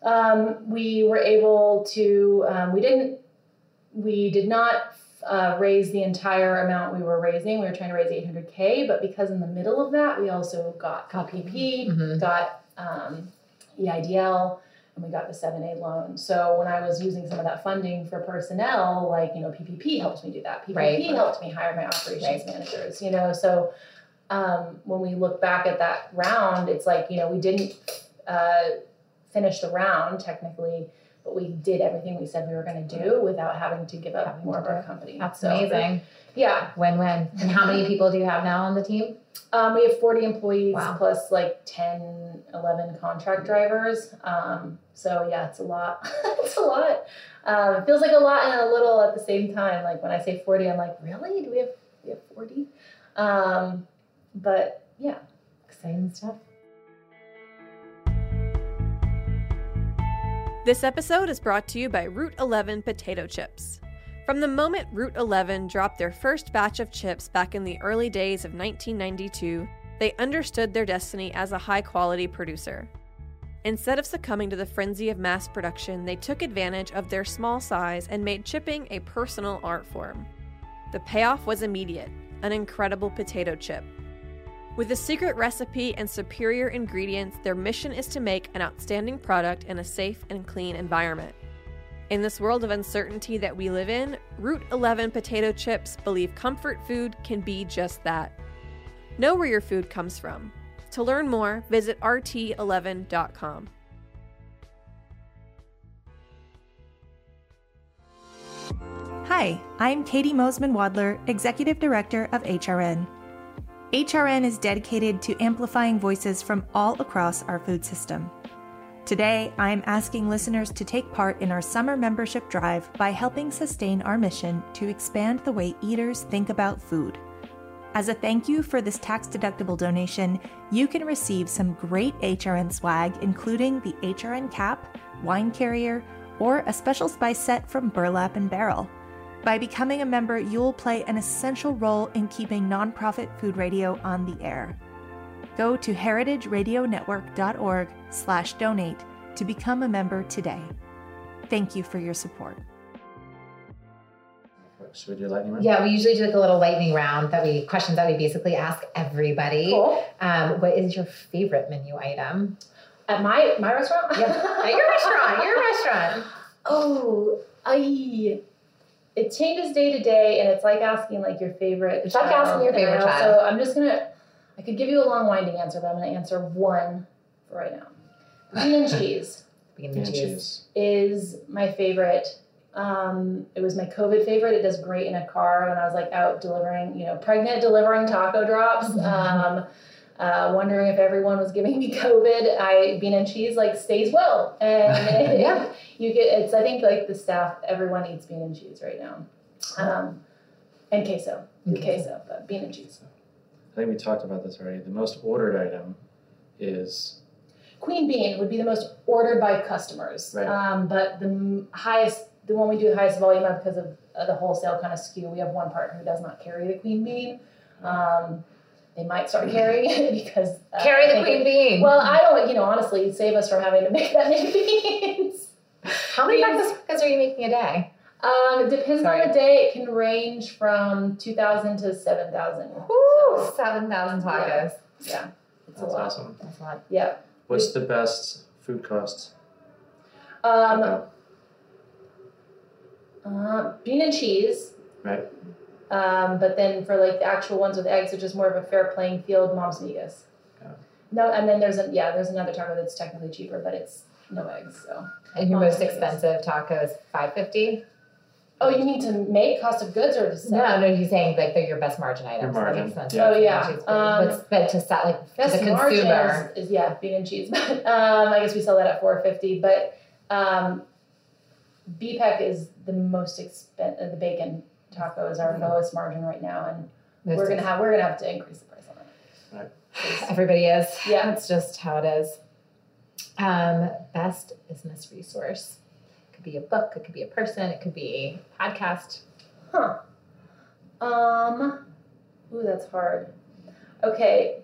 F: Um, we were able to, um, we didn't, we did not uh, raise the entire amount we were raising. We were trying to raise 800K, but because in the middle of that, we also got PPP,
E: Mhm.
F: got um, EIDL, and we got the 7A loan. So when I was using some of that funding for personnel, like, you know, PPP helped me do that. PPP
E: Right.
F: helped me hire my operations
E: Right.
F: managers, you know, so um, when we look back at that round, it's like, you know, we didn't uh, finish the round technically, but we did everything we said we were going to do without having to give up
E: Having
F: more
E: to
F: of
E: do
F: our
E: it.
F: company.
E: That's
F: So,
E: amazing.
F: Yeah,
E: Win win. And how many people do you have now on the team?
F: um, we have 40 employees
E: Wow.
F: plus like 10, 11 contract drivers. Um, so yeah, it's a lot. it's a lot. Um, it feels like a lot and a little at the same time. Like when I say 40, I'm like, really? Do we have we have 40? Um, but yeah.
E: Exciting stuff.
C: This episode is brought to you by Route 11 Potato Chips. From the moment Route 11 dropped their first batch of chips back in the early days of 1992, they understood their destiny as a high quality producer. Instead of succumbing to the frenzy of mass production, they took advantage of their small size and made chipping a personal art form. The payoff was immediate an incredible potato chip. With a secret recipe and superior ingredients, their mission is to make an outstanding product in a safe and clean environment. In this world of uncertainty that we live in, Route 11 potato chips believe comfort food can be just that. Know where your food comes from. To learn more, visit rt11.com.
G: Hi, I'm Katie Mosman Wadler, Executive Director of HRN. HRN is dedicated to amplifying voices from all across our food system. Today, I am asking listeners to take part in our summer membership drive by helping sustain our mission to expand the way eaters think about food. As a thank you for this tax deductible donation, you can receive some great HRN swag, including the HRN cap, wine carrier, or a special spice set from Burlap and Barrel. By becoming a member, you'll play an essential role in keeping nonprofit food radio on the air. Go to heritageradionetwork.org slash donate to become a member today. Thank you for your support.
D: Should we do lightning round?
E: Yeah, we usually do like a little lightning round that we questions that we basically ask everybody.
F: Cool.
E: Um, what is your favorite menu item?
F: At my my restaurant?
E: Yeah, at your restaurant, your restaurant.
F: Oh, I. It changes day to day, and it's like asking like your favorite.
E: It's like asking your favorite
F: So
E: child.
F: I'm just gonna. I could give you a long winding answer, but I'm gonna answer one for right now. Bean and cheese
E: Bean
D: Yeah,
E: and cheese.
D: cheese.
F: is my favorite. Um, it was my COVID favorite. It does great in a car when I was like out delivering, you know, pregnant delivering taco drops.
E: Mm-hmm.
F: Um, uh, wondering if everyone was giving me COVID. I bean and cheese like stays well, and
E: Yeah.
F: you get it's. I think like the staff, everyone eats bean and cheese right now, um, and queso,
E: And
F: queso, but bean and cheese.
D: I think we talked about this already. The most ordered item is
F: Queen bean would be the most ordered by customers,
D: Right.
F: um, but the m- highest, the one we do the highest volume of because of uh, the wholesale kind of skew. We have one partner who does not carry the queen bean. Um, they might start carrying it because uh,
E: Carry
F: I
E: the
F: think
E: queen
F: it-
E: bean.
F: Well, I don't. You know, honestly, save us from having to make that many beans.
E: how many breakfast tacos are you making a day?
F: Um, it depends
E: Sorry.
F: on the day. It can range from two thousand to seven thousand.
E: Ooh, seven thousand tacos.
F: Yeah. Yeah,
D: that's
F: it's a lot.
D: awesome.
E: That's a lot.
F: Yeah.
D: What's the best food cost?
F: Um,
D: taco?
F: uh, bean and cheese.
D: right.
F: Um, but then for like the actual ones with eggs, which is more of a fair playing field, mom's migas.
D: Yeah.
F: No, and then there's a yeah, there's another taco that's technically cheaper, but it's no eggs. So
E: And your
F: Mom
E: most
F: made it.
E: expensive taco is five fifty.
F: oh, you need to make cost of goods or to sell?
E: No, no, he's saying like they're your best margin
D: Your
E: items. so that
D: margin,
E: makes sense.
D: yeah.
F: Oh, yeah.
E: Cheese, but-
F: Um,
E: but, but to set like to
F: Best
E: the
F: margin
E: consumer.
F: is, is yeah, bean and cheese. But um, I guess we sell that at four fifty. But um, BPEC is the most expensive. The bacon taco is
D: Mm-hmm.
F: our lowest margin right now, and
E: most
F: we're gonna
E: ex-
F: have we're gonna have to increase the price on it.
E: everybody is.
F: Yeah.
E: That's just how it is. Um, best business resource. It could be a book, it could be a person, it could be a podcast.
F: Huh. Um. Ooh, that's hard. Okay.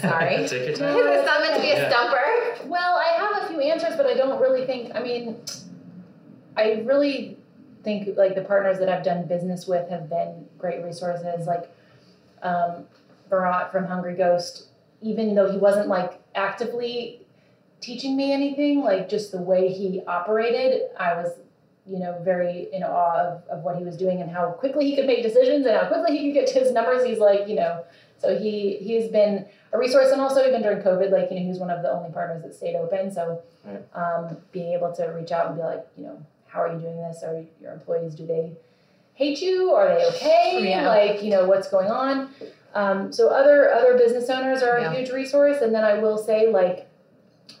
E: Sorry.
D: Take your time.
E: it's not meant to be a
D: Yeah.
E: stumper.
F: Well, I have a few answers, but I don't really think. I mean, I really think like the partners that I've done business with have been great resources. Like um, Barat from Hungry Ghost, even though he wasn't like actively teaching me anything, like just the way he operated, I was, you know, very in awe of, of what he was doing and how quickly he could make decisions and how quickly he could get to his numbers. He's like, you know, So he he's been a resource, and also even during COVID, like you know, he was one of the only partners that stayed open. So
B: Right.
F: um, being able to reach out and be like, you know, how are you doing this? Are your employees do they hate you? Are they okay?
E: Yeah.
F: Like you know, what's going on? Um, so other other business owners are
E: Yeah.
F: a huge resource, and then I will say like.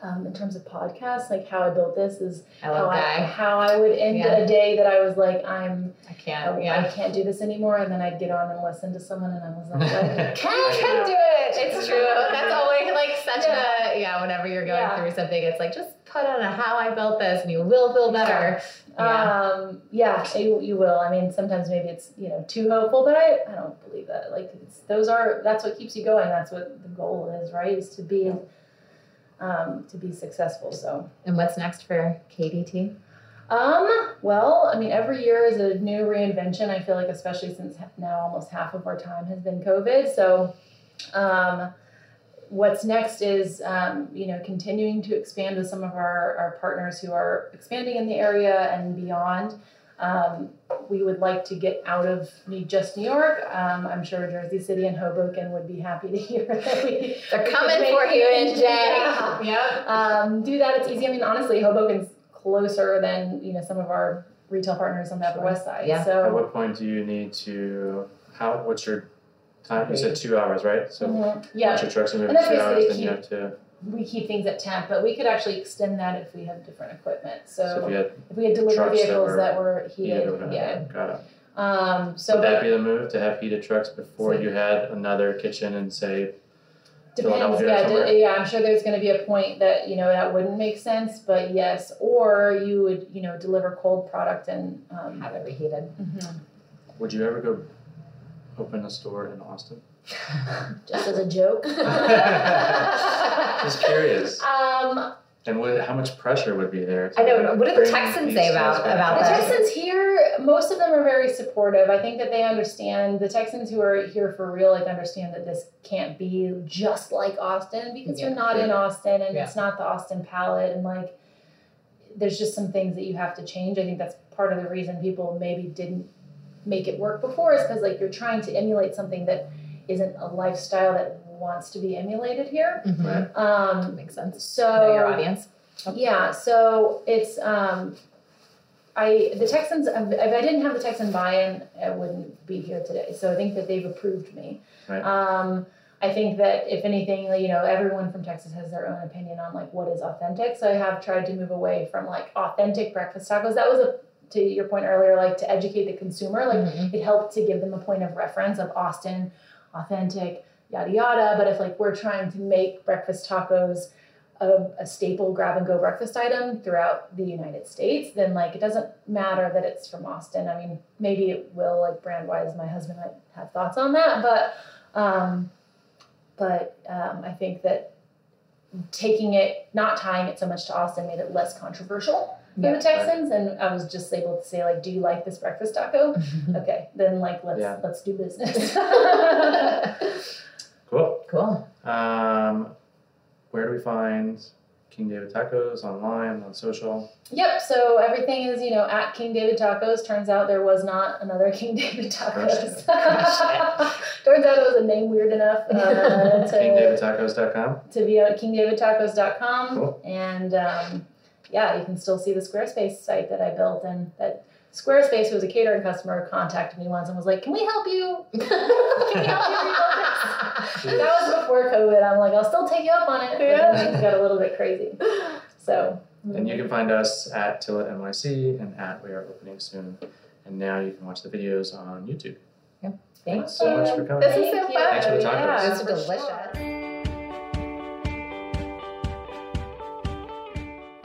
F: Um, in terms of podcasts, like how I built this is
E: I
F: how
E: love
F: I,
E: that.
F: how I would end
E: Yeah.
F: a day that I was like, I'm
E: I
F: I,
E: can't.
F: I
E: Yeah.
F: can't do this anymore. And then I'd get on and listen to someone, and I was like,
E: I can do it. It's true. That's always like such a yeah. Whenever you're going
F: Yeah.
E: through something, it's like just put on a how I built this, and you will feel better. Yeah.
F: um, yeah, you, you will. I mean, sometimes maybe it's you know too hopeful, but I, I don't believe that. Like it's, those are that's what keeps you going. That's what the goal is, right? Is to be um, to be successful. So.
E: And what's next for KDT?
F: Um, well, I mean, every year is a new reinvention. I feel like, especially since now almost half of our time has been COVID. So, um, what's next is, um, you know, continuing to expand with some of our, our partners who are expanding in the area and beyond. Um, we would like to get out of New- just New York. Um, I'm sure Jersey City and Hoboken would be happy to hear that we
E: They're
F: we could
E: coming
F: make
E: for you,
F: it.
E: NJ.
F: Yeah
E: Yep.
F: um, do that. It's easy. I mean, honestly, Hoboken's closer than you know some of our retail partners on the Upper
E: Sure.
F: West Side.
E: Yeah.
B: At
F: So
B: what point do you need to? How? What's your time? You said two hours, right? So
F: Mhm. yeah,
B: once your trucks are moving
F: And that's
B: two hours, then
F: basically
B: you have to.
F: we keep things at temp, but we could actually extend that if we have different equipment. So,
B: So if
F: if,
B: you
F: we,
B: had
F: had delivery
B: trucks that
F: vehicles
B: were
F: that were
B: heated or
F: heated,
B: whatever,
F: yeah.
B: got it.
F: Um, so
B: Would that be the move to have heated trucks before
E: So-
B: you had another kitchen and say
F: Depends.
B: Philadelphia or
F: Yeah,
B: somewhere?
F: d- yeah. I'm sure there's going to be a point that you know that wouldn't make sense, but yes, or you would you know deliver cold product and um,
E: Have it reheated. Mm-hmm.
B: Would you ever go open a store in Austin?
F: just as a joke.
B: Just curious.
F: um,
B: And what, how much pressure would be there? to
E: I know. What do the
B: bring
E: Texans
B: these
E: say
B: sales
E: about-
B: back?
E: about
F: The
E: that?
F: Texans here, most of them are very supportive. I think that they understand the Texans who are here for real, like understand that this can't be just like Austin because
E: Yeah.
F: you're not in Austin and
E: Yeah.
F: it's not the Austin palette and like there's just some things that you have to change. I think that's part of the reason people maybe didn't make it work before is because like you're trying to emulate something that isn't a lifestyle that wants to be emulated here.
E: Mhm.
F: Um,
E: Makes sense.
F: so
E: know your audience.
F: yeah, so it's um, I the Texans. If I didn't have the Texan buy-in, I wouldn't be here today. So I think that they've approved me.
B: Right.
F: Um, I think that if anything, you know, everyone from Texas has their own opinion on like what is authentic. So I have tried to move away from like authentic breakfast tacos. That was a to your point earlier, like to educate the consumer, like
E: Mhm.
F: it helped to give them a point of reference of Austin, authentic, yada yada. But if like we're trying to make breakfast tacos a, a staple grab and go breakfast item throughout the United States, then like it doesn't matter that it's from Austin. I mean, maybe it will like brand wise. My husband might have thoughts on that, but um, but um, I think that taking it, not tying it so much to Austin, made it less controversial for
E: Yeah.
F: the Texans. And I was just able to say like, do you like this breakfast taco?
E: Mm-hmm.
F: Okay, then like let's
B: Yeah.
F: let's do business.
B: Cool.
E: cool.
B: Um, where do we find King David Tacos online on social?
F: yep. So everything is you know at King David Tacos. Turns out there was not another King David Tacos. Turns out it was a name weird enough uh, to,
B: KingDavidTacos.com.
F: to be at kingdavidtacos.com,
B: Cool.
F: and um, yeah, you can still see the Squarespace site that I built and that. Squarespace, who was a catering customer, contacted me once and was like, "Can we help you? Can we help you rebuild this?" That was before COVID. I'm like, I'll still take you up on it. But then things got a little bit crazy. So
B: And you can find us at Tilla NYC and at We Are Opening Soon. And now you can watch the videos on YouTube.
E: Yep.
B: Thanks so much for coming.
E: Um, This is so
F: Thank you.
E: fun.
B: Thanks for the tacos.
E: Yeah, those are
F: Yeah, for sure.
E: delicious.